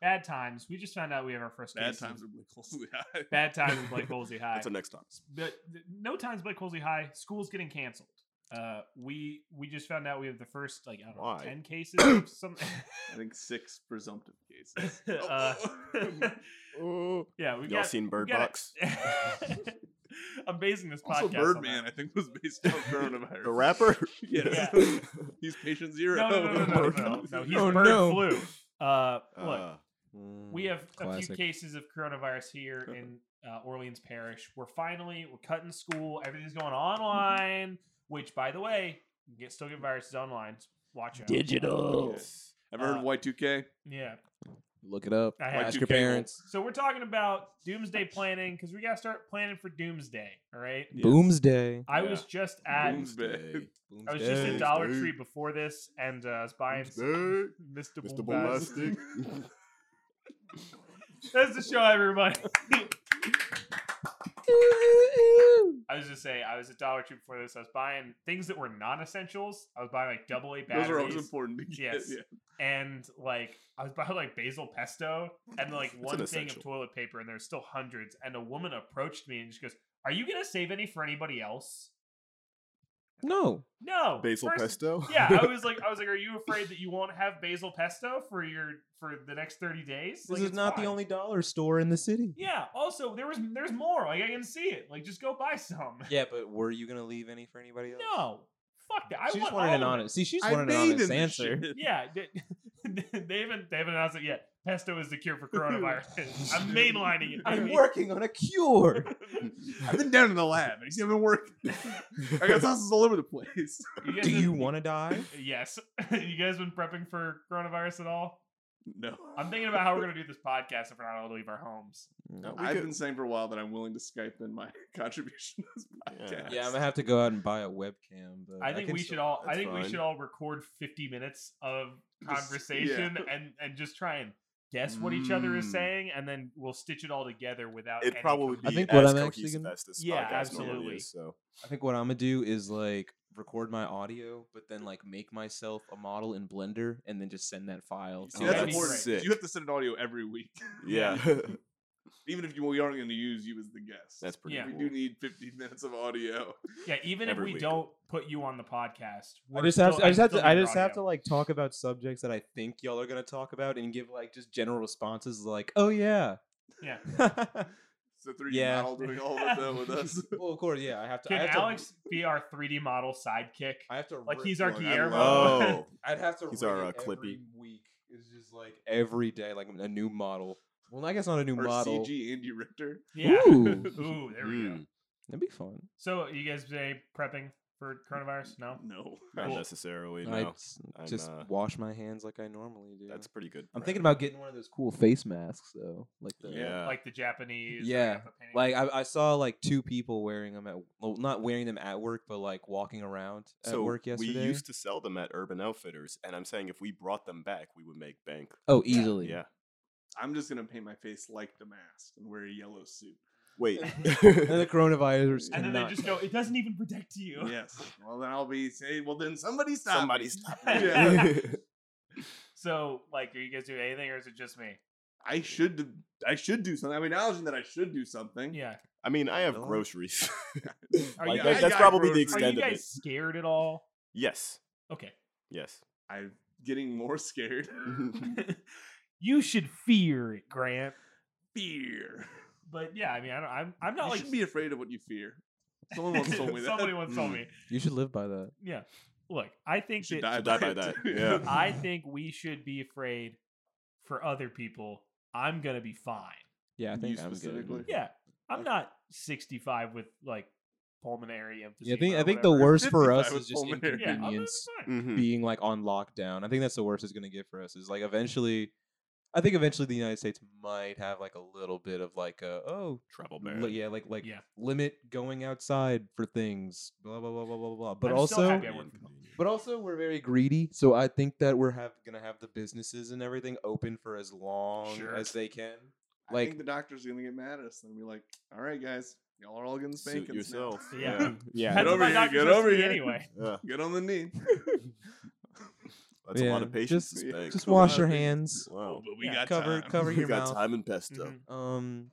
Speaker 1: Bad times. We just found out we have our first
Speaker 2: Bad
Speaker 1: case of
Speaker 2: times are really close to the eye.
Speaker 1: Bad times with Blake Halsey High.
Speaker 4: That's our next topic.
Speaker 1: but th- no times Blake Colsey High. School's getting canceled. Uh, we we just found out we have the first like I don't know
Speaker 4: Why?
Speaker 1: ten cases. or some
Speaker 2: I think six presumptive cases.
Speaker 1: Uh,
Speaker 4: Oh.
Speaker 1: yeah, we
Speaker 4: Y'all
Speaker 1: got.
Speaker 4: seen Bird
Speaker 1: got it.
Speaker 4: Box?
Speaker 1: I'm basing this podcast.
Speaker 2: also,
Speaker 1: on that.
Speaker 2: Birdman, I think, was based on coronavirus.
Speaker 4: The rapper?
Speaker 2: Yes. He's patient zero.
Speaker 1: No, no, no, no, no, no,
Speaker 4: Bird
Speaker 1: no,
Speaker 4: Box.
Speaker 1: no. He's
Speaker 3: Oh,
Speaker 1: bird
Speaker 3: no.
Speaker 1: flu. Uh, look,
Speaker 4: Uh,
Speaker 1: we have a few
Speaker 3: classic.
Speaker 1: cases of coronavirus here
Speaker 4: Uh-huh.
Speaker 1: in uh, Orleans Parish. We're finally we're cutting school. Everything's going
Speaker 4: Mm-hmm.
Speaker 1: online. Which, by the way, you get still get viruses online. so Watch out.
Speaker 4: Oh.
Speaker 3: Digital.
Speaker 2: Yes. Ever heard of
Speaker 1: Uh,
Speaker 2: Y2K?
Speaker 1: Yeah.
Speaker 3: Look it up.
Speaker 1: I had
Speaker 3: Ask
Speaker 2: two
Speaker 3: your
Speaker 2: cable.
Speaker 3: parents.
Speaker 1: So we're talking about doomsday planning because we gotta start planning for doomsday. All right.
Speaker 2: Yes.
Speaker 3: Boomsday.
Speaker 1: I
Speaker 4: Yeah.
Speaker 1: was just at
Speaker 2: Boomsday.
Speaker 1: I was just
Speaker 4: Boomsday.
Speaker 1: at Dollar
Speaker 4: Boomsday.
Speaker 1: Tree before this, and uh, I was buying some
Speaker 4: Boomsday.
Speaker 1: Mr.
Speaker 4: Mr.
Speaker 1: Bombast.
Speaker 4: Bombastic.
Speaker 1: That's the show, everybody. I was just saying, I was at Dollar Tree before this. I was buying things that were non-essentials. I was buying like double A
Speaker 2: Those are always
Speaker 1: batteries
Speaker 2: important to get.
Speaker 1: Yes.
Speaker 2: Yeah.
Speaker 1: and like I was buying like basil pesto and like
Speaker 4: That's an
Speaker 1: one thing of
Speaker 4: essential.
Speaker 1: toilet paper, and there's still hundreds. And a woman approached me and she goes, "Are you gonna save any for anybody else?"
Speaker 3: No.
Speaker 1: No
Speaker 4: Basil
Speaker 1: first-
Speaker 4: pesto?
Speaker 1: yeah, I was like, I was like, are you afraid that you won't have basil pesto for your for the next thirty days?
Speaker 3: This
Speaker 1: Like,
Speaker 3: is
Speaker 1: it's
Speaker 3: not
Speaker 1: fine.
Speaker 3: the only dollar store in the city.
Speaker 1: Yeah. Also, there was there's more. Like I can see it. Like just go buy some.
Speaker 3: Mm-hmm. Yeah, but were you gonna leave any for anybody else?
Speaker 1: No, fuck that. I
Speaker 3: she
Speaker 1: want
Speaker 3: just wanted an
Speaker 1: all of it.
Speaker 3: honest. See, she just
Speaker 2: I
Speaker 3: wanted an
Speaker 2: made him
Speaker 3: honest
Speaker 2: the
Speaker 3: answer.
Speaker 2: shit.
Speaker 1: Yeah, they, they haven't they haven't announced it yet. pesto is the cure for coronavirus. I'm mainlining it.
Speaker 3: I'm
Speaker 1: baby.
Speaker 3: working on a cure.
Speaker 2: I've been down in the lab. I see I've been working. I got sauces all over the place.
Speaker 1: You guys
Speaker 3: Do
Speaker 1: have-
Speaker 3: you want to die?
Speaker 1: Yes. you guys been prepping for coronavirus at all?
Speaker 2: No.
Speaker 1: I'm thinking about how we're gonna do this podcast if we're not able to leave our homes.
Speaker 4: No, we
Speaker 2: I've
Speaker 4: could-
Speaker 2: been saying for a while that I'm willing to Skype in my contribution to this
Speaker 4: Yeah.
Speaker 2: podcast.
Speaker 3: Yeah, I'm gonna have to go out and buy a webcam. But
Speaker 1: I think
Speaker 3: can
Speaker 1: we
Speaker 3: still-
Speaker 1: should all. I
Speaker 4: that's
Speaker 1: think we
Speaker 4: fine.
Speaker 1: should all record 50 minutes of
Speaker 2: Just-
Speaker 1: conversation and and just try and guess what each other is
Speaker 2: Mm.
Speaker 1: saying, and then we'll stitch it all together without.
Speaker 4: It'd
Speaker 1: any
Speaker 4: probably
Speaker 1: com-
Speaker 4: be
Speaker 3: I think
Speaker 4: as
Speaker 3: what I'm actually
Speaker 4: cohesive
Speaker 3: gonna-
Speaker 4: as this
Speaker 1: Yeah,
Speaker 4: podcast normally
Speaker 1: absolutely.
Speaker 4: is, so
Speaker 3: I think what I'm gonna do is like record my audio, but then like make myself a model in Blender, and then just send that file.
Speaker 2: See,
Speaker 1: Oh,
Speaker 2: that's
Speaker 1: that'd be
Speaker 2: important.
Speaker 4: sick.
Speaker 2: You have to send an audio every week,
Speaker 4: yeah,
Speaker 2: even if you, we aren't going to use you as the guest.
Speaker 4: that's pretty
Speaker 1: Yeah.
Speaker 4: cool.
Speaker 2: We do need 15 minutes of audio.
Speaker 1: yeah, even if
Speaker 4: every
Speaker 1: we
Speaker 4: week.
Speaker 1: don't put you on the podcast,
Speaker 3: I
Speaker 1: we're
Speaker 3: just have
Speaker 1: still-
Speaker 3: to, I just
Speaker 1: I'm
Speaker 3: have
Speaker 1: still
Speaker 3: to, I
Speaker 1: your
Speaker 3: just have to
Speaker 1: audio.
Speaker 3: like talk about subjects that I think y'all are gonna talk about and give like just general responses like, oh yeah,
Speaker 1: Yeah.
Speaker 2: So three D
Speaker 3: Yeah.
Speaker 2: model doing all of that with us.
Speaker 3: well, of course, yeah. I have to. I
Speaker 1: Can
Speaker 3: have
Speaker 1: Alex be our 3D model sidekick?
Speaker 3: To, I have to.
Speaker 1: Like
Speaker 3: ri-
Speaker 1: he's our
Speaker 2: Look, I
Speaker 1: Guillermo.
Speaker 2: love-
Speaker 4: Oh,
Speaker 3: I'd have to.
Speaker 4: he's
Speaker 3: rate
Speaker 4: our,
Speaker 3: it
Speaker 4: uh, Clippy.
Speaker 3: Every week is just like every day, like a new model. Well, I guess not a new
Speaker 2: Or
Speaker 3: model.
Speaker 2: CG Andy Richter.
Speaker 1: yeah.
Speaker 3: Ooh.
Speaker 1: Ooh, there we go.
Speaker 4: mm,
Speaker 3: That'd be fun.
Speaker 1: So you guys say prepping for coronavirus? No.
Speaker 2: No.
Speaker 4: not
Speaker 1: Cool.
Speaker 4: necessarily.
Speaker 3: I
Speaker 4: No,
Speaker 3: s-
Speaker 4: I'm,
Speaker 3: just
Speaker 4: uh,
Speaker 3: wash my hands like I normally do.
Speaker 4: that's pretty good.
Speaker 3: I'm
Speaker 4: prep.
Speaker 3: thinking about getting one of those cool face masks though, like the
Speaker 4: Yeah.
Speaker 1: Like the Japanese. they
Speaker 3: Yeah,
Speaker 1: got the painting.
Speaker 3: Like I, I saw like two people wearing them at well, not wearing them at work, but like walking around at
Speaker 4: so
Speaker 3: work yesterday.
Speaker 4: we used to sell them at Urban Outfitters, and I'm saying if we brought them back, we would make bank.
Speaker 3: oh, easily.
Speaker 4: Yeah.
Speaker 2: I'm just going to paint my face like the mask and wear a yellow suit.
Speaker 4: Wait.
Speaker 3: And the coronavirus
Speaker 1: and then they
Speaker 3: cannot.
Speaker 1: just go, it doesn't even protect you.
Speaker 2: Yes. Well, then I'll be saying, well, then somebody stop. me."
Speaker 4: Somebody stop me.
Speaker 2: Yeah.
Speaker 1: So, like, are you guys doing anything or is it just me?
Speaker 2: I should do- I should do something. I'm acknowledging that I should do something.
Speaker 1: Yeah.
Speaker 4: I mean, I have
Speaker 3: No.
Speaker 4: groceries.
Speaker 1: Oh, Are
Speaker 4: Like,
Speaker 1: you
Speaker 4: that-
Speaker 1: guys-
Speaker 4: that's
Speaker 2: I got
Speaker 4: probably the
Speaker 2: groceries.
Speaker 1: Are you
Speaker 4: extent of
Speaker 1: guys
Speaker 4: it.
Speaker 1: scared at all?
Speaker 4: Yes.
Speaker 1: Okay.
Speaker 4: Yes. Mm-hmm.
Speaker 2: I'm getting more scared.
Speaker 1: you should fear it, Grant.
Speaker 2: Fear.
Speaker 1: But yeah, I mean, I don't, I'm, I'm not
Speaker 2: you
Speaker 1: like.
Speaker 2: shouldn't be afraid of what you fear. Someone once told me that.
Speaker 1: Somebody once told
Speaker 4: Mm.
Speaker 1: me.
Speaker 3: you should live by that.
Speaker 1: Yeah. Look, I think that
Speaker 2: should die,
Speaker 4: should die by
Speaker 2: it,
Speaker 4: that,
Speaker 2: too.
Speaker 4: yeah.
Speaker 1: I think we should be afraid for other people. I'm gonna be fine.
Speaker 3: Yeah, I
Speaker 2: You
Speaker 3: think I'm
Speaker 2: specifically?
Speaker 3: good.
Speaker 1: Yeah, I'm
Speaker 2: Okay.
Speaker 1: not 65 with like pulmonary emphysema.
Speaker 3: Yeah, I think I
Speaker 1: or
Speaker 3: think the Mm,
Speaker 1: whatever.
Speaker 3: worst for
Speaker 2: 55
Speaker 3: us
Speaker 2: with
Speaker 3: is just
Speaker 2: pulmonary.
Speaker 1: Yeah, I'm gonna be
Speaker 3: inconvenience.
Speaker 1: fine.
Speaker 4: Mhm.
Speaker 3: being like on lockdown. I think that's the worst it's going to get for us. Is like eventually, I think eventually the United States might have like a little bit of like a oh
Speaker 4: Travel
Speaker 3: li-
Speaker 4: ban.
Speaker 3: yeah like like
Speaker 1: Yeah.
Speaker 3: limit going outside for things blah blah blah blah blah blah. But
Speaker 1: I'm still
Speaker 3: also,
Speaker 1: happy I work from
Speaker 3: but also we're very greedy, so I think that we're have gonna have the businesses and everything open for as long
Speaker 1: Sure.
Speaker 3: as they can.
Speaker 2: I
Speaker 3: Like-
Speaker 2: think the doctor's gonna get mad at us and be like, "All right, guys, y'all are all getting spankings.
Speaker 4: Suit
Speaker 2: now.
Speaker 4: yourself.
Speaker 1: Yeah.
Speaker 3: Yeah,
Speaker 1: That's
Speaker 2: over
Speaker 1: what my
Speaker 2: here,
Speaker 1: doctor
Speaker 2: get
Speaker 1: says
Speaker 2: over
Speaker 1: to me
Speaker 2: here.
Speaker 1: Anyway,
Speaker 4: Yeah.
Speaker 2: Get on the knee."
Speaker 4: That's a lot of
Speaker 3: Yeah,
Speaker 4: patience.
Speaker 2: just-
Speaker 4: to spank.
Speaker 3: just
Speaker 2: cool
Speaker 3: wash
Speaker 2: out
Speaker 3: your
Speaker 2: there.
Speaker 3: hands.
Speaker 4: Wow.
Speaker 2: but we
Speaker 1: Yeah,
Speaker 2: got
Speaker 3: cover-
Speaker 2: time.
Speaker 3: cover
Speaker 4: We
Speaker 3: your
Speaker 4: got
Speaker 3: mouth.
Speaker 4: time and pesto.
Speaker 1: Mhm.
Speaker 3: Um,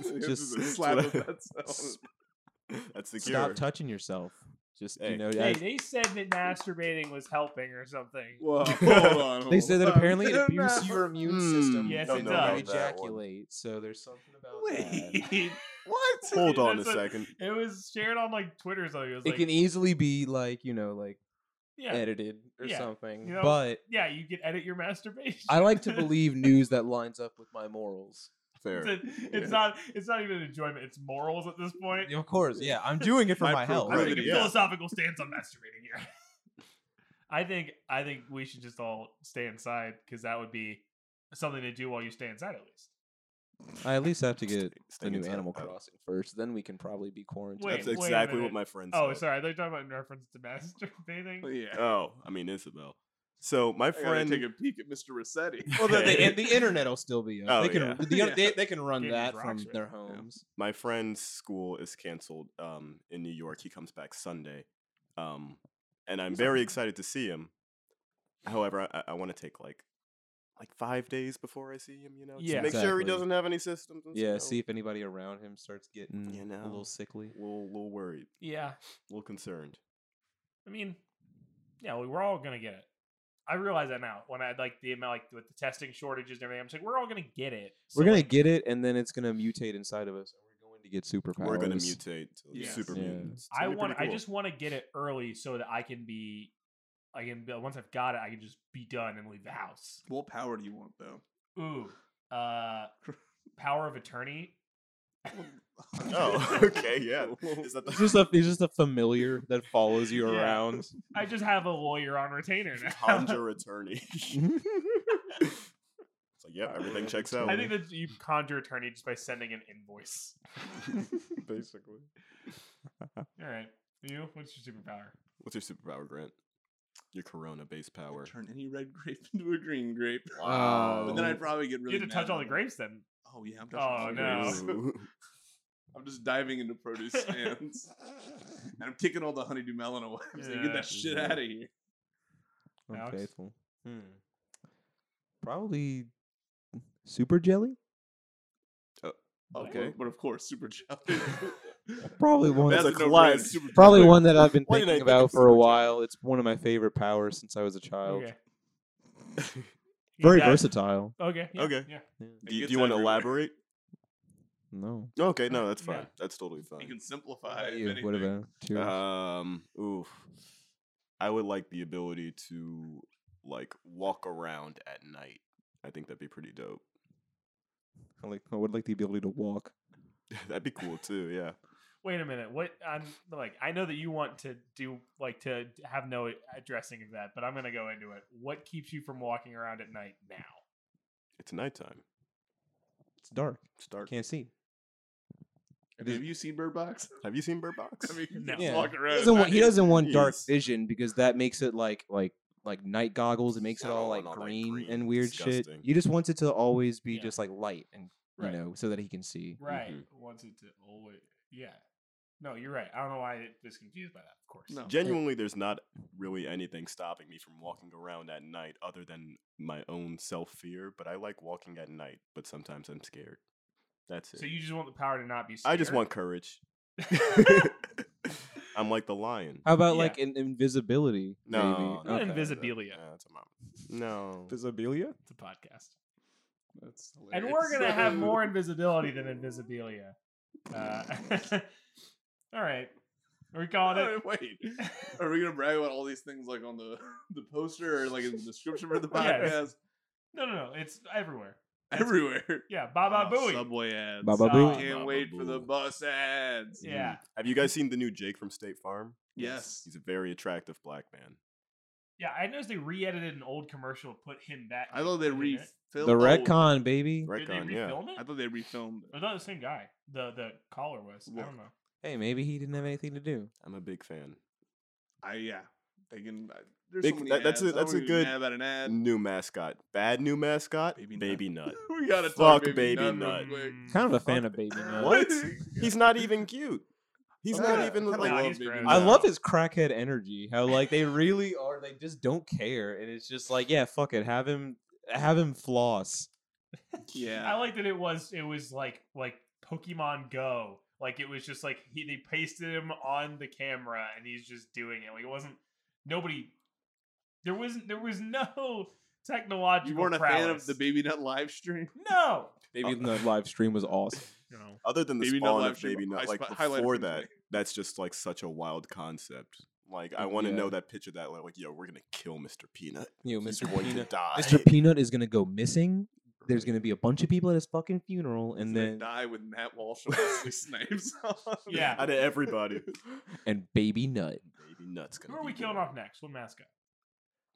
Speaker 2: This
Speaker 3: Just
Speaker 2: is a slap of
Speaker 4: sweat.
Speaker 2: that sound.
Speaker 4: That's the cure.
Speaker 3: stop touching yourself. Just
Speaker 4: Hey.
Speaker 3: you know,
Speaker 1: hey,
Speaker 3: as-
Speaker 1: they said that masturbating was helping or something.
Speaker 2: Whoa, hold on.
Speaker 3: They
Speaker 2: hold
Speaker 3: said that
Speaker 2: on.
Speaker 3: apparently it
Speaker 2: No,
Speaker 3: abuses
Speaker 2: no.
Speaker 3: your immune
Speaker 4: Hmm.
Speaker 3: system.
Speaker 1: Yes,
Speaker 3: when
Speaker 1: it
Speaker 3: you
Speaker 1: does.
Speaker 3: Ejaculate. So there's something about that.
Speaker 2: Wait, what?
Speaker 4: Hold on a
Speaker 1: That's what-
Speaker 4: second.
Speaker 1: It was shared on like Twitter or something. It was
Speaker 3: It
Speaker 1: like,
Speaker 3: can easily be like you know, like
Speaker 1: yeah,
Speaker 3: edited or
Speaker 1: Yeah.
Speaker 3: something.
Speaker 1: You know-
Speaker 3: but
Speaker 1: yeah, you can edit your masturbation.
Speaker 3: I like to believe news that lines up with my morals.
Speaker 4: Fair.
Speaker 1: it's, it's not. It's not even enjoyment. It's morals at this point.
Speaker 3: Of course, yeah. I'm doing it for
Speaker 4: My
Speaker 3: my health.
Speaker 1: I'm
Speaker 4: Right,
Speaker 1: taking a
Speaker 4: yeah.
Speaker 1: philosophical stance on masturbating here. I think I think we should just all stay inside because that would be something to do while you stay inside at least.
Speaker 3: I at least have to get
Speaker 4: Stay
Speaker 3: the new
Speaker 4: inside.
Speaker 3: Animal
Speaker 4: Uh,
Speaker 3: Crossing first. Then we can probably be quarantined.
Speaker 1: Wait,
Speaker 4: That's
Speaker 1: wait a
Speaker 4: exactly
Speaker 1: minute.
Speaker 4: what my friend said.
Speaker 1: Oh, sorry, I thought you were talking about in reference to masturbating.
Speaker 2: Yeah.
Speaker 4: Oh, I mean Isabel. So my
Speaker 2: I gotta
Speaker 4: friend.
Speaker 2: take a peek at Mr. Rossetti.
Speaker 3: Well, the, the,
Speaker 4: Okay.
Speaker 3: and the internet will still be. Up.
Speaker 4: Oh,
Speaker 3: they can
Speaker 4: yeah.
Speaker 3: the-
Speaker 2: Yeah.
Speaker 3: they, they can run
Speaker 1: Game is
Speaker 3: that
Speaker 1: rocks
Speaker 3: from
Speaker 1: right
Speaker 3: their
Speaker 1: now. Yeah.
Speaker 3: homes.
Speaker 4: my friend's school is canceled um, in New York. He comes back Sunday, um, and I'm very excited to see him. However, I, I want to take like like five days before I see him. You know, to
Speaker 1: Yeah.
Speaker 4: make sure
Speaker 3: Exactly.
Speaker 4: he doesn't have any systems. And
Speaker 3: Yeah,
Speaker 4: stuff.
Speaker 3: see if anybody around him starts getting
Speaker 4: You
Speaker 3: a
Speaker 4: know.
Speaker 3: little sickly.
Speaker 4: a little, little worried,
Speaker 1: Yeah,
Speaker 4: a little concerned.
Speaker 1: I mean, yeah, we, we're all gonna get it. I realize that now. When I like the amount, like with the testing shortages and everything, I'm just like, we're all gonna get it. So,
Speaker 3: we're gonna
Speaker 1: like,
Speaker 3: get it, and then it's gonna mutate inside of us, and we're going to get superpowers.
Speaker 4: We're gonna mutate to
Speaker 1: Yeah.
Speaker 4: super
Speaker 3: Yeah.
Speaker 4: mutants. It's
Speaker 1: I
Speaker 4: gonna be
Speaker 1: want.
Speaker 4: pretty
Speaker 1: I
Speaker 4: cool.
Speaker 1: just want to get it early so that I can be. I can be- once I've got it, I can just be done and leave the house.
Speaker 2: what power do you want though?
Speaker 1: Ooh, uh, power of attorney.
Speaker 4: Oh, okay, yeah. Is that the
Speaker 3: He's just a he's just a familiar that follows you
Speaker 1: Yeah.
Speaker 3: around.
Speaker 1: I just have a lawyer on retainer now.
Speaker 4: conjure attorney? it's like, yep, everything checks out.
Speaker 1: I think that you conjure attorney just by sending an invoice.
Speaker 4: basically.
Speaker 1: All right, you. What's your superpower?
Speaker 4: What's your superpower, Grant? Your corona base power.
Speaker 2: Turn any red grape into a green grape.
Speaker 3: Wow.
Speaker 2: But then
Speaker 4: Oh.
Speaker 2: I'd probably get really.
Speaker 1: you have to touch
Speaker 2: mad
Speaker 1: all the
Speaker 2: when-
Speaker 1: grapes then.
Speaker 2: Oh yeah, I'm
Speaker 1: Oh,
Speaker 2: touching all the grapes.
Speaker 1: no.
Speaker 4: Ooh.
Speaker 2: I'm just diving into produce stands, and I'm kicking all the honeydew melon away. I'm saying, get
Speaker 1: Yeah.
Speaker 2: that shit
Speaker 4: Mhm.
Speaker 2: out of here.
Speaker 1: Alex?
Speaker 3: Unfaithful. Hmm. Probably super jelly.
Speaker 2: Oh,
Speaker 4: Okay.
Speaker 2: but- but of course, super jelly.
Speaker 3: Probably one.
Speaker 2: That's
Speaker 4: a
Speaker 2: a no-brainer.
Speaker 4: collage.
Speaker 2: Super
Speaker 3: Probably
Speaker 2: jelly.
Speaker 3: one that I've been
Speaker 4: Why did I
Speaker 3: thinking
Speaker 4: think
Speaker 3: about
Speaker 4: of
Speaker 3: for a
Speaker 4: super jelly?
Speaker 3: while. It's one of my favorite powers since I was a child.
Speaker 1: Okay. You
Speaker 3: Very
Speaker 1: got-
Speaker 3: versatile.
Speaker 1: Okay. yeah,
Speaker 4: Okay.
Speaker 1: Yeah.
Speaker 4: do you,
Speaker 2: gets
Speaker 4: do you want to
Speaker 2: everywhere.
Speaker 4: elaborate?
Speaker 3: No.
Speaker 4: Okay, no, that's
Speaker 1: Yeah.
Speaker 4: fine. That's totally
Speaker 2: You
Speaker 4: fine.
Speaker 2: can simplify. if
Speaker 3: You,
Speaker 2: anything.
Speaker 3: what about yours?
Speaker 4: Um, oof. I would like the ability to like walk around at night. I think that'd be pretty dope.
Speaker 3: I like I would like the ability to walk.
Speaker 4: that'd be cool too. Yeah.
Speaker 1: Wait a minute. What I'm like, I know that you want to do like to have no addressing of that, but I'm gonna go into it. What keeps you from walking around at night now?
Speaker 4: It's nighttime.
Speaker 3: It's dark.
Speaker 4: It's dark.
Speaker 3: Can't see.
Speaker 2: Have you seen Bird Box?
Speaker 4: Have you seen Bird Box?
Speaker 2: I mean, you
Speaker 1: No.
Speaker 2: just
Speaker 3: Yeah.
Speaker 2: walk
Speaker 3: He
Speaker 2: around.
Speaker 3: doesn't want, he doesn't want dark
Speaker 4: Jeez.
Speaker 3: vision because that makes it like like like night goggles. It makes it all
Speaker 4: Oh,
Speaker 3: like
Speaker 4: and all that
Speaker 3: green,
Speaker 4: green,
Speaker 3: and weird shit.
Speaker 4: disgusting.
Speaker 3: You just want it to always be
Speaker 1: Yeah.
Speaker 3: just like light and you
Speaker 1: Right.
Speaker 3: know so that he can see.
Speaker 1: Right.
Speaker 2: Mm-hmm.
Speaker 1: Wants it to always. Yeah. No, you're right. I don't know why I was confused by that. Of course.
Speaker 2: No.
Speaker 4: Genuinely, there's not really anything stopping me from walking around at night other than my own self fear, but I like walking at night, but sometimes I'm scared. That's it.
Speaker 1: So you just want the power to not be. Scared?
Speaker 4: I just want courage. I'm like the lion.
Speaker 3: How about
Speaker 1: Yeah.
Speaker 3: like an invisibility?
Speaker 4: No,
Speaker 3: maybe?
Speaker 1: Not
Speaker 4: no,
Speaker 3: Okay.
Speaker 1: invis- invisibilia.
Speaker 4: that- that's a mom. No.
Speaker 3: Invisibilia?
Speaker 1: It's a podcast,
Speaker 2: That's
Speaker 1: and we're gonna have
Speaker 2: hilarious.
Speaker 1: more invisibility than invisibilia. Uh, all right. Are we calling it?
Speaker 2: Alright, wait. Are we gonna brag about all these things like on the the poster or like in the description for the podcast?
Speaker 1: Yes. No, no, no. It's everywhere.
Speaker 2: Everywhere.
Speaker 1: Yeah. Baba
Speaker 2: Oh,
Speaker 1: Booey.
Speaker 2: Subway ads.
Speaker 3: Baba
Speaker 1: Uh,
Speaker 3: Booey?
Speaker 2: Can't
Speaker 4: Baba
Speaker 2: wait for the
Speaker 4: Booey.
Speaker 2: bus ads.
Speaker 1: yeah.
Speaker 4: Mm. Have you guys seen the new Jake from State Farm?
Speaker 2: Yes.
Speaker 4: He's a very attractive black man.
Speaker 1: Yeah, I noticed they re-edited an old commercial, put him back.
Speaker 2: I thought they
Speaker 1: in it.
Speaker 2: refilled
Speaker 3: The retcon, baby.
Speaker 1: Did they
Speaker 4: Retcon, yeah.
Speaker 1: refilm it?
Speaker 2: I thought they refilmed
Speaker 1: I
Speaker 2: it.
Speaker 1: thought the same guy. The the caller was. I
Speaker 2: Look.
Speaker 1: don't know.
Speaker 3: Hey, maybe he didn't have anything to do.
Speaker 4: I'm a big fan.
Speaker 2: I yeah. They can. I- There's
Speaker 4: Big-
Speaker 2: so many
Speaker 4: that- that's
Speaker 2: ads.
Speaker 4: a-
Speaker 2: I don't
Speaker 4: that's a
Speaker 2: wanna be mad
Speaker 4: good-
Speaker 2: about an ad.
Speaker 4: New mascot. Bad new mascot?
Speaker 2: Baby
Speaker 4: Baby,
Speaker 2: Nut.
Speaker 4: nut.
Speaker 2: we gotta talk
Speaker 4: Fuck
Speaker 2: baby,
Speaker 4: Baby
Speaker 2: Nut
Speaker 4: Nut.
Speaker 2: real quick.
Speaker 1: Mm.
Speaker 3: Kind of a fan
Speaker 4: Fuck
Speaker 3: of Baby
Speaker 2: Uh,
Speaker 3: Nut.
Speaker 4: What? He's not even cute. He's
Speaker 2: Oh,
Speaker 4: not
Speaker 2: yeah.
Speaker 4: even
Speaker 2: Kinda
Speaker 4: like
Speaker 1: Nah,
Speaker 2: love
Speaker 1: he's
Speaker 2: Baby
Speaker 1: gross.
Speaker 2: Nut.
Speaker 3: I love his crackhead energy. How like they really are. They just don't care, and it's just like, yeah, fuck it. Have him, have him floss.
Speaker 1: I
Speaker 2: Yeah.
Speaker 1: like that it was it was like like Pokemon Go. Like it was just like he they pasted him on the camera and he's just doing it. Like it wasn't nobody there wasn't there was no technological
Speaker 2: You weren't a fan of
Speaker 1: prowess.
Speaker 2: the Baby Nut live stream.
Speaker 1: No.
Speaker 3: Baby
Speaker 2: Uh
Speaker 4: Oh.
Speaker 3: Nut live stream was awesome.
Speaker 1: No.
Speaker 4: other than the
Speaker 2: Baby Nut
Speaker 4: spawn
Speaker 2: live
Speaker 4: of
Speaker 2: stream,
Speaker 4: baby
Speaker 2: I
Speaker 4: nut, like
Speaker 2: sp- highlighted
Speaker 4: before
Speaker 2: from today.
Speaker 4: that, that's just like such a wild concept. Like I
Speaker 3: Mm,
Speaker 4: want to
Speaker 3: yeah.
Speaker 4: know that picture that like, like, yo, we're gonna kill Mr. Peanut.
Speaker 3: You know,
Speaker 4: He's
Speaker 3: Mr.
Speaker 4: going
Speaker 3: Peanut.
Speaker 4: to die.
Speaker 3: Mr. Peanut is gonna go missing. There's gonna be a bunch of people at his fucking funeral, and
Speaker 2: Gonna
Speaker 3: then
Speaker 2: die with Matt Walsh and Wesley Snipes. on.
Speaker 1: Yeah.
Speaker 4: Out of everybody,
Speaker 3: and Baby Nut.
Speaker 4: baby nuts.
Speaker 1: Who
Speaker 4: Gonna
Speaker 1: are we
Speaker 4: be
Speaker 1: killing
Speaker 4: born.
Speaker 1: off next? What mascot?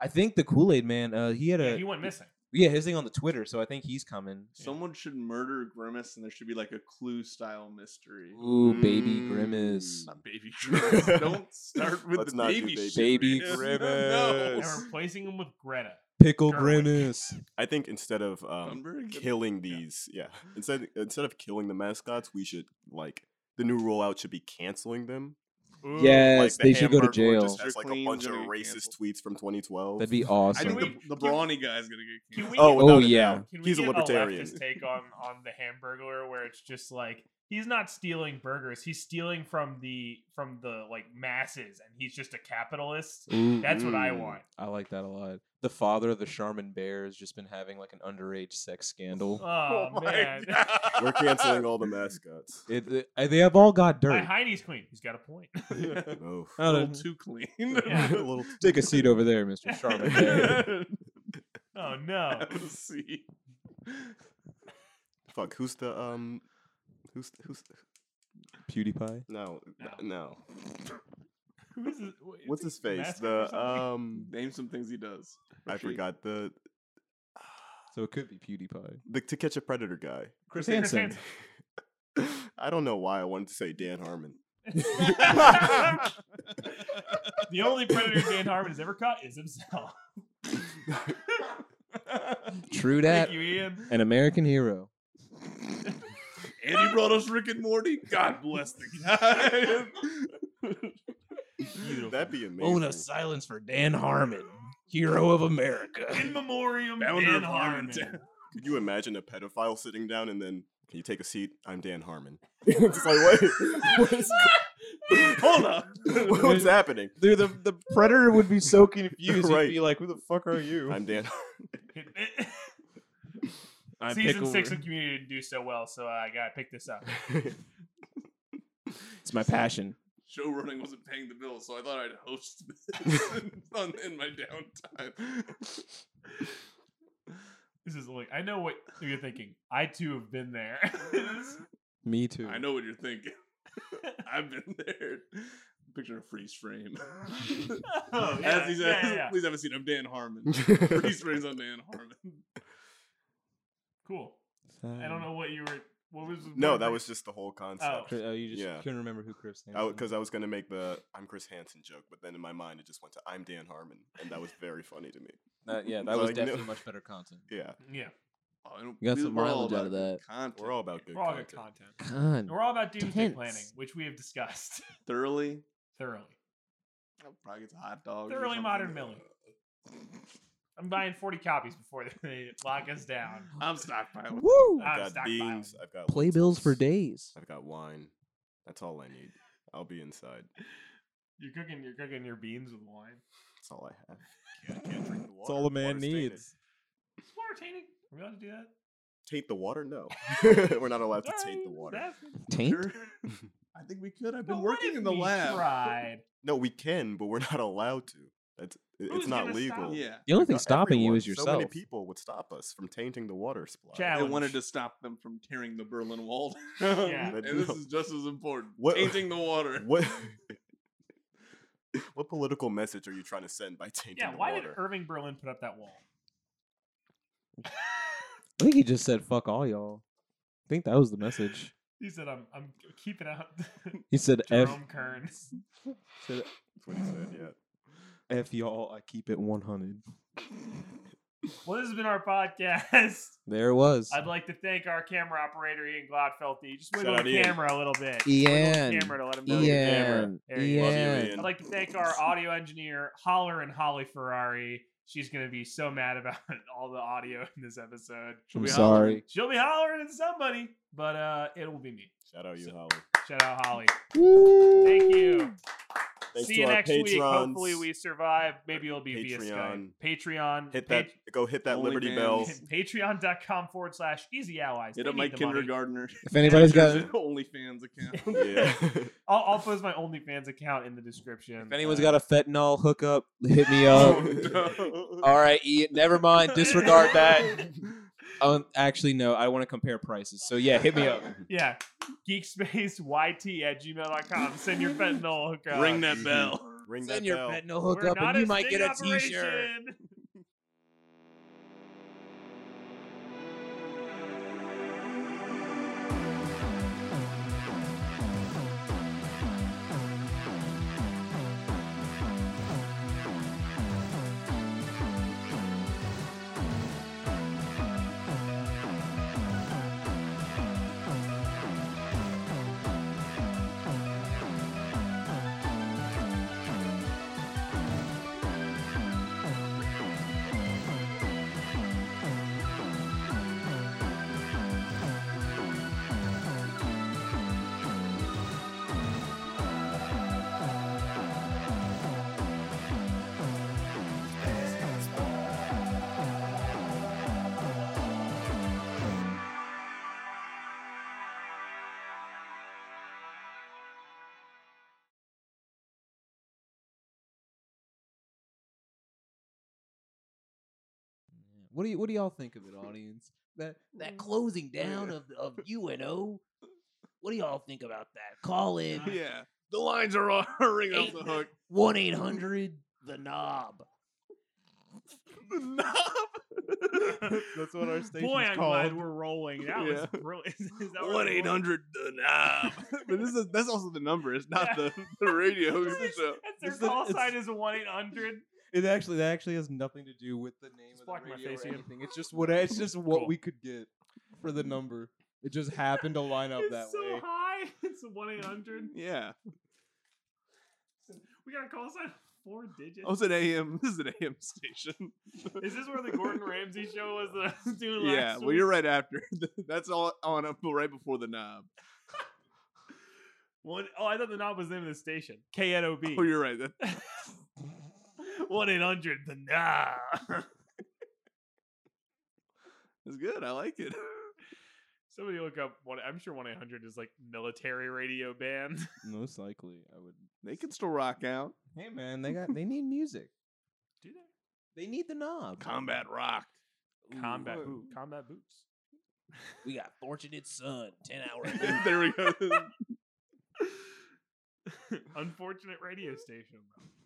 Speaker 3: I think the Kool Aid Man. Uh, he had a
Speaker 1: Yeah, he went missing.
Speaker 3: yeah, his thing on the Twitter, so I think he's coming.
Speaker 2: Someone should murder Grimace, and there should be like a clue style mystery.
Speaker 3: Ooh, Baby
Speaker 4: Mm.
Speaker 3: Grimace.
Speaker 2: Not baby Grimace. Don't start with
Speaker 4: Let's
Speaker 2: the
Speaker 4: not do
Speaker 2: baby,
Speaker 4: Baby
Speaker 2: shit,
Speaker 3: Baby
Speaker 2: man.
Speaker 1: And
Speaker 3: Grimace.
Speaker 2: No.
Speaker 1: replacing him with Greta.
Speaker 3: Pickle
Speaker 1: Gerwig.
Speaker 3: Grimace.
Speaker 4: I think instead of um,
Speaker 2: Thunberg?
Speaker 4: killing these, yeah. instead instead of killing the mascots, we should like the new rollout should be canceling them.
Speaker 1: Ooh.
Speaker 4: Like,
Speaker 3: Yes,
Speaker 4: the
Speaker 3: they should go to
Speaker 4: Hamburglar
Speaker 3: jail.
Speaker 4: Just has, like a
Speaker 2: Clean's
Speaker 4: bunch of
Speaker 2: gonna get
Speaker 4: racist
Speaker 2: canceled.
Speaker 4: tweets from 2012.
Speaker 3: That'd be
Speaker 2: I
Speaker 3: awesome.
Speaker 1: Can
Speaker 2: think
Speaker 1: we-
Speaker 2: the, the
Speaker 1: can-
Speaker 2: brawny guy's gonna get
Speaker 1: Can
Speaker 2: killed.
Speaker 1: we
Speaker 4: Oh,
Speaker 1: get-
Speaker 4: without
Speaker 3: oh
Speaker 4: a
Speaker 3: yeah,
Speaker 4: doubt.
Speaker 1: Can we
Speaker 4: he's a
Speaker 1: get
Speaker 4: libertarian.
Speaker 1: leftist take on on the Hamburglar, where it's just like he's not stealing burgers; he's stealing from the from the like masses, and he's just a capitalist.
Speaker 3: Ooh,
Speaker 1: That's what I
Speaker 4: Mm.
Speaker 1: want.
Speaker 3: I like that a lot. The father of the Charmin Bear has just been having like an underage sex scandal.
Speaker 1: Oh,
Speaker 2: my
Speaker 1: man,
Speaker 2: God.
Speaker 4: We're canceling all the mascots.
Speaker 3: It, it- uh, they have all got
Speaker 1: my
Speaker 3: dirt.
Speaker 1: Heine's queen. He's got a point.
Speaker 4: Oof.
Speaker 2: a
Speaker 3: I
Speaker 2: little
Speaker 3: don't-
Speaker 2: too clean.
Speaker 1: Yeah.
Speaker 4: A little-
Speaker 3: Take a seat over there, Mr. Charmin Bear.
Speaker 1: Oh no,
Speaker 2: Have a seat.
Speaker 4: Fuck. Who's the um? Who's who's?
Speaker 3: PewDiePie.
Speaker 4: No,
Speaker 1: No.
Speaker 4: no.
Speaker 1: Who is this? Wha- is
Speaker 4: What's
Speaker 1: he
Speaker 4: his face?
Speaker 1: mascot or
Speaker 4: The
Speaker 1: something?
Speaker 4: um.
Speaker 2: Name some things he does. or
Speaker 4: I
Speaker 2: she.
Speaker 4: forgot the
Speaker 3: So it could be PewDiePie.
Speaker 4: the To Catch a Predator guy.
Speaker 2: Chris
Speaker 1: Hansen.
Speaker 2: Hansen.
Speaker 4: I don't know why I wanted to say Dan Harmon.
Speaker 1: the only predator Dan Harmon has ever caught is himself.
Speaker 3: True
Speaker 1: Thank
Speaker 3: that.
Speaker 1: you, Ian.
Speaker 3: An American hero.
Speaker 2: And he brought us Rick and Morty. God bless the guy.
Speaker 4: That'd be amazing.
Speaker 3: silence for Dan Harmon, hero of America.
Speaker 1: In memoriam,
Speaker 2: Founder
Speaker 1: Dan
Speaker 2: of
Speaker 1: Harmon.
Speaker 2: Harmontown.
Speaker 4: Could you imagine a pedophile sitting down and then, can you take a seat? I'm Dan Harmon. it's like, wait, what is,
Speaker 2: Hold up.
Speaker 4: what's happening?
Speaker 3: Dude, the, the predator would be so confused.
Speaker 4: Right.
Speaker 3: He'd be like, "Who the fuck are you?"
Speaker 4: I'm Dan.
Speaker 3: I
Speaker 1: Season
Speaker 3: pickle-
Speaker 1: six of Community didn't do so well, so I gotta pick this up.
Speaker 3: It's my passion.
Speaker 2: Show running wasn't paying the bills, so I thought I'd host this on, in my downtime.
Speaker 1: This is like I know what you're thinking. I too have been there.
Speaker 3: Me too.
Speaker 2: I know what you're thinking. I've been there. Picture a freeze frame.
Speaker 1: oh,
Speaker 2: As he says, Please have a seat. I'm Dan Harmon.
Speaker 4: Harmon.
Speaker 2: freeze frames on Dan Harmon.
Speaker 1: Cool. I
Speaker 3: Mm.
Speaker 1: don't know what you were. What was?
Speaker 4: no, that was just the whole concept.
Speaker 3: Oh, you just
Speaker 4: Yeah.
Speaker 3: couldn't remember who Chris. Hansen was.
Speaker 4: Because I, was going to make the I'm Chris Hansen joke, but then in my mind it just went to I'm Dan Harmon. And that was very funny to me.
Speaker 3: That- yeah,
Speaker 4: Like,
Speaker 3: that was
Speaker 4: no.
Speaker 3: definitely much better content.
Speaker 4: Yeah.
Speaker 1: yeah.
Speaker 2: Oh, and
Speaker 3: You got
Speaker 2: we-
Speaker 3: some
Speaker 2: we're all
Speaker 3: mileage out
Speaker 2: about
Speaker 3: of
Speaker 2: good
Speaker 3: that.
Speaker 2: Content.
Speaker 4: We're all about good
Speaker 1: We're all good
Speaker 4: content.
Speaker 1: content.
Speaker 3: Con.
Speaker 1: We're all about doomsday
Speaker 3: Tense.
Speaker 1: planning, which we have discussed
Speaker 2: thoroughly.
Speaker 1: thoroughly.
Speaker 2: Probably gets a hot dog.
Speaker 1: Thoroughly modern milling. I'm buying 40 copies before they lock us down.
Speaker 2: I'm stockpiling.
Speaker 3: Woo!
Speaker 1: Ah,
Speaker 4: I've got
Speaker 1: stockpile.
Speaker 4: beans. I've got
Speaker 3: Playbills for
Speaker 4: lentils,
Speaker 3: days.
Speaker 4: I've got wine. That's all I need. I'll be inside.
Speaker 1: You're cooking. You're cooking your beans with wine.
Speaker 4: That's all I have. Can't, I can't drink the water.
Speaker 3: all a man
Speaker 4: Water's tainted.
Speaker 3: needs.
Speaker 1: Is water tainted? Are we allowed to do that?
Speaker 4: Taint the water? No. We're not allowed to taint
Speaker 1: Alright,
Speaker 4: the water.
Speaker 1: that's-
Speaker 3: Taint.
Speaker 2: I think we could. I've
Speaker 1: But
Speaker 2: been
Speaker 1: what
Speaker 2: working
Speaker 1: if
Speaker 2: in the
Speaker 1: we
Speaker 2: lab.
Speaker 1: Tried?
Speaker 4: No, we can, but we're not allowed to. That's it-
Speaker 1: Who's
Speaker 4: it's not
Speaker 1: gonna stop
Speaker 4: legal.
Speaker 1: us?
Speaker 2: Yeah.
Speaker 3: The only thing
Speaker 4: Not
Speaker 3: stopping you
Speaker 4: everyone.
Speaker 3: is yourself.
Speaker 4: So many people would stop us from tainting the water supply.
Speaker 1: Chad-
Speaker 2: They wanted
Speaker 1: Challenge.
Speaker 2: to stop them from tearing the Berlin Wall down.
Speaker 1: Yeah.
Speaker 4: But
Speaker 2: and this
Speaker 4: no.
Speaker 2: is just as important.
Speaker 4: What-
Speaker 2: Tainting the water.
Speaker 4: What? what political message are you trying to send by tainting
Speaker 1: Yeah.
Speaker 4: the
Speaker 1: Why did
Speaker 4: water?
Speaker 1: Irving Berlin put up that wall?
Speaker 3: I think he just said "fuck all y'all." I think that was the message.
Speaker 1: He said, "I'm I'm keeping out
Speaker 3: He said "f
Speaker 1: Jerome Kearns."
Speaker 3: said,
Speaker 4: That's what he said. Yeah.
Speaker 3: "f y'all." I keep it one hundred.
Speaker 1: Well, this has been our podcast.
Speaker 3: There it was.
Speaker 1: I'd like to thank our camera operator Ian Gladfelty. You Just
Speaker 4: Shout
Speaker 1: wiggle
Speaker 4: out
Speaker 1: the
Speaker 4: Ian.
Speaker 1: camera a little bit. Wiggle the
Speaker 3: Ian.
Speaker 1: camera to let him know. you're there.
Speaker 3: Ian.
Speaker 1: There he is.
Speaker 4: Love you,
Speaker 3: Ian.
Speaker 4: Ian.
Speaker 1: I'd like to thank our audio engineer Holler and Holly Ferrari. She's gonna be so mad about all the audio in this episode. She'll
Speaker 3: I'm
Speaker 1: be hollering-
Speaker 3: sorry.
Speaker 1: She'll be hollering at somebody, but uh, it will be me.
Speaker 4: Shout out you,
Speaker 1: So-
Speaker 4: Holly.
Speaker 1: Shout out Holly. Thank you.
Speaker 4: Thanks
Speaker 1: See
Speaker 4: to
Speaker 1: you
Speaker 4: our
Speaker 1: next week.
Speaker 4: patrons.
Speaker 1: Hopefully we survive. Maybe it'll be via Skype.
Speaker 4: Patreon.
Speaker 1: Patreon.
Speaker 4: Hit
Speaker 1: Pat-
Speaker 4: that. Go hit that
Speaker 2: Only
Speaker 4: Liberty
Speaker 2: fans.
Speaker 4: Bell.
Speaker 1: Patreon.com forward slash easy allies.
Speaker 2: Hit
Speaker 1: They
Speaker 2: up my
Speaker 1: need the money.
Speaker 2: kindergartner.
Speaker 3: If anybody's got,
Speaker 2: There's an OnlyFans account.
Speaker 4: Yeah.
Speaker 1: I'll, I'll post my OnlyFans account in the description.
Speaker 3: if anyone's got a fentanyl hookup, hit me
Speaker 1: Oh,
Speaker 3: up. All right, Ian. Never mind. Disregard that. Um, actually, no. I want to compare prices. So yeah, hit me up.
Speaker 1: yeah. Geekspace YT at gmail.com. Send your fentanyl hookup.
Speaker 2: Ring that bell.
Speaker 4: Ring that
Speaker 3: Send your
Speaker 4: bell.
Speaker 3: fentanyl
Speaker 1: We're
Speaker 3: hookup,
Speaker 1: not
Speaker 3: and you might
Speaker 1: sting
Speaker 3: get a T-shirt.
Speaker 1: operation.
Speaker 3: What do you What do y'all think of it, audience? That
Speaker 5: that closing down of of UNO. What do y'all think about that? Call in
Speaker 2: yeah. The lines are all ring off the hook.
Speaker 5: one eight hundred the knob.
Speaker 2: The knob.
Speaker 3: that's what our station's
Speaker 1: Boy, I'm
Speaker 3: called.
Speaker 1: glad we're rolling. That was
Speaker 2: Yeah.
Speaker 1: brilliant. Is that what it's called?
Speaker 2: One eight hundred the knob. But this is that's also the number. It's not
Speaker 1: Yeah.
Speaker 2: the the radio
Speaker 1: That's
Speaker 2: show.
Speaker 1: their
Speaker 3: It's the-
Speaker 1: call
Speaker 3: it's-
Speaker 1: sign is a one eight hundred.
Speaker 3: It actually that actually has nothing to do with the name
Speaker 1: It's
Speaker 3: of
Speaker 1: blocking my
Speaker 3: the radio
Speaker 1: face
Speaker 3: or
Speaker 1: again.
Speaker 3: anything. It's just what it's just what
Speaker 1: Cool.
Speaker 3: we could get for the number. It just happened to line up
Speaker 1: It's
Speaker 3: that
Speaker 1: so
Speaker 3: way.
Speaker 1: high. It's a one eight hundred.
Speaker 2: Yeah.
Speaker 1: We got a call sign of four digits.
Speaker 2: Oh, it's an AM. This is an AM station.
Speaker 1: Is this where the Gordon Ramsay show was that I was doing last
Speaker 2: yeah. Well,
Speaker 1: week?
Speaker 2: you're right after. That's all on up right before the knob.
Speaker 1: One, oh, I thought the knob was the name of the station. KNOB.
Speaker 2: Oh, you're right. That,
Speaker 1: One eight hundred. The knob.
Speaker 2: that's good. I like it.
Speaker 1: Somebody look up one. I'm sure one eight hundred is like military radio band.
Speaker 3: Most likely, I would.
Speaker 2: They can still rock out.
Speaker 3: Hey man, they got they need music.
Speaker 1: Do they?
Speaker 3: They need the knob.
Speaker 2: Combat rock.
Speaker 1: Combat
Speaker 2: Ooh.
Speaker 1: boot. Combat boots.
Speaker 5: We got fortunate son, ten hour.
Speaker 2: there we go.
Speaker 1: Unfortunate radio station. though.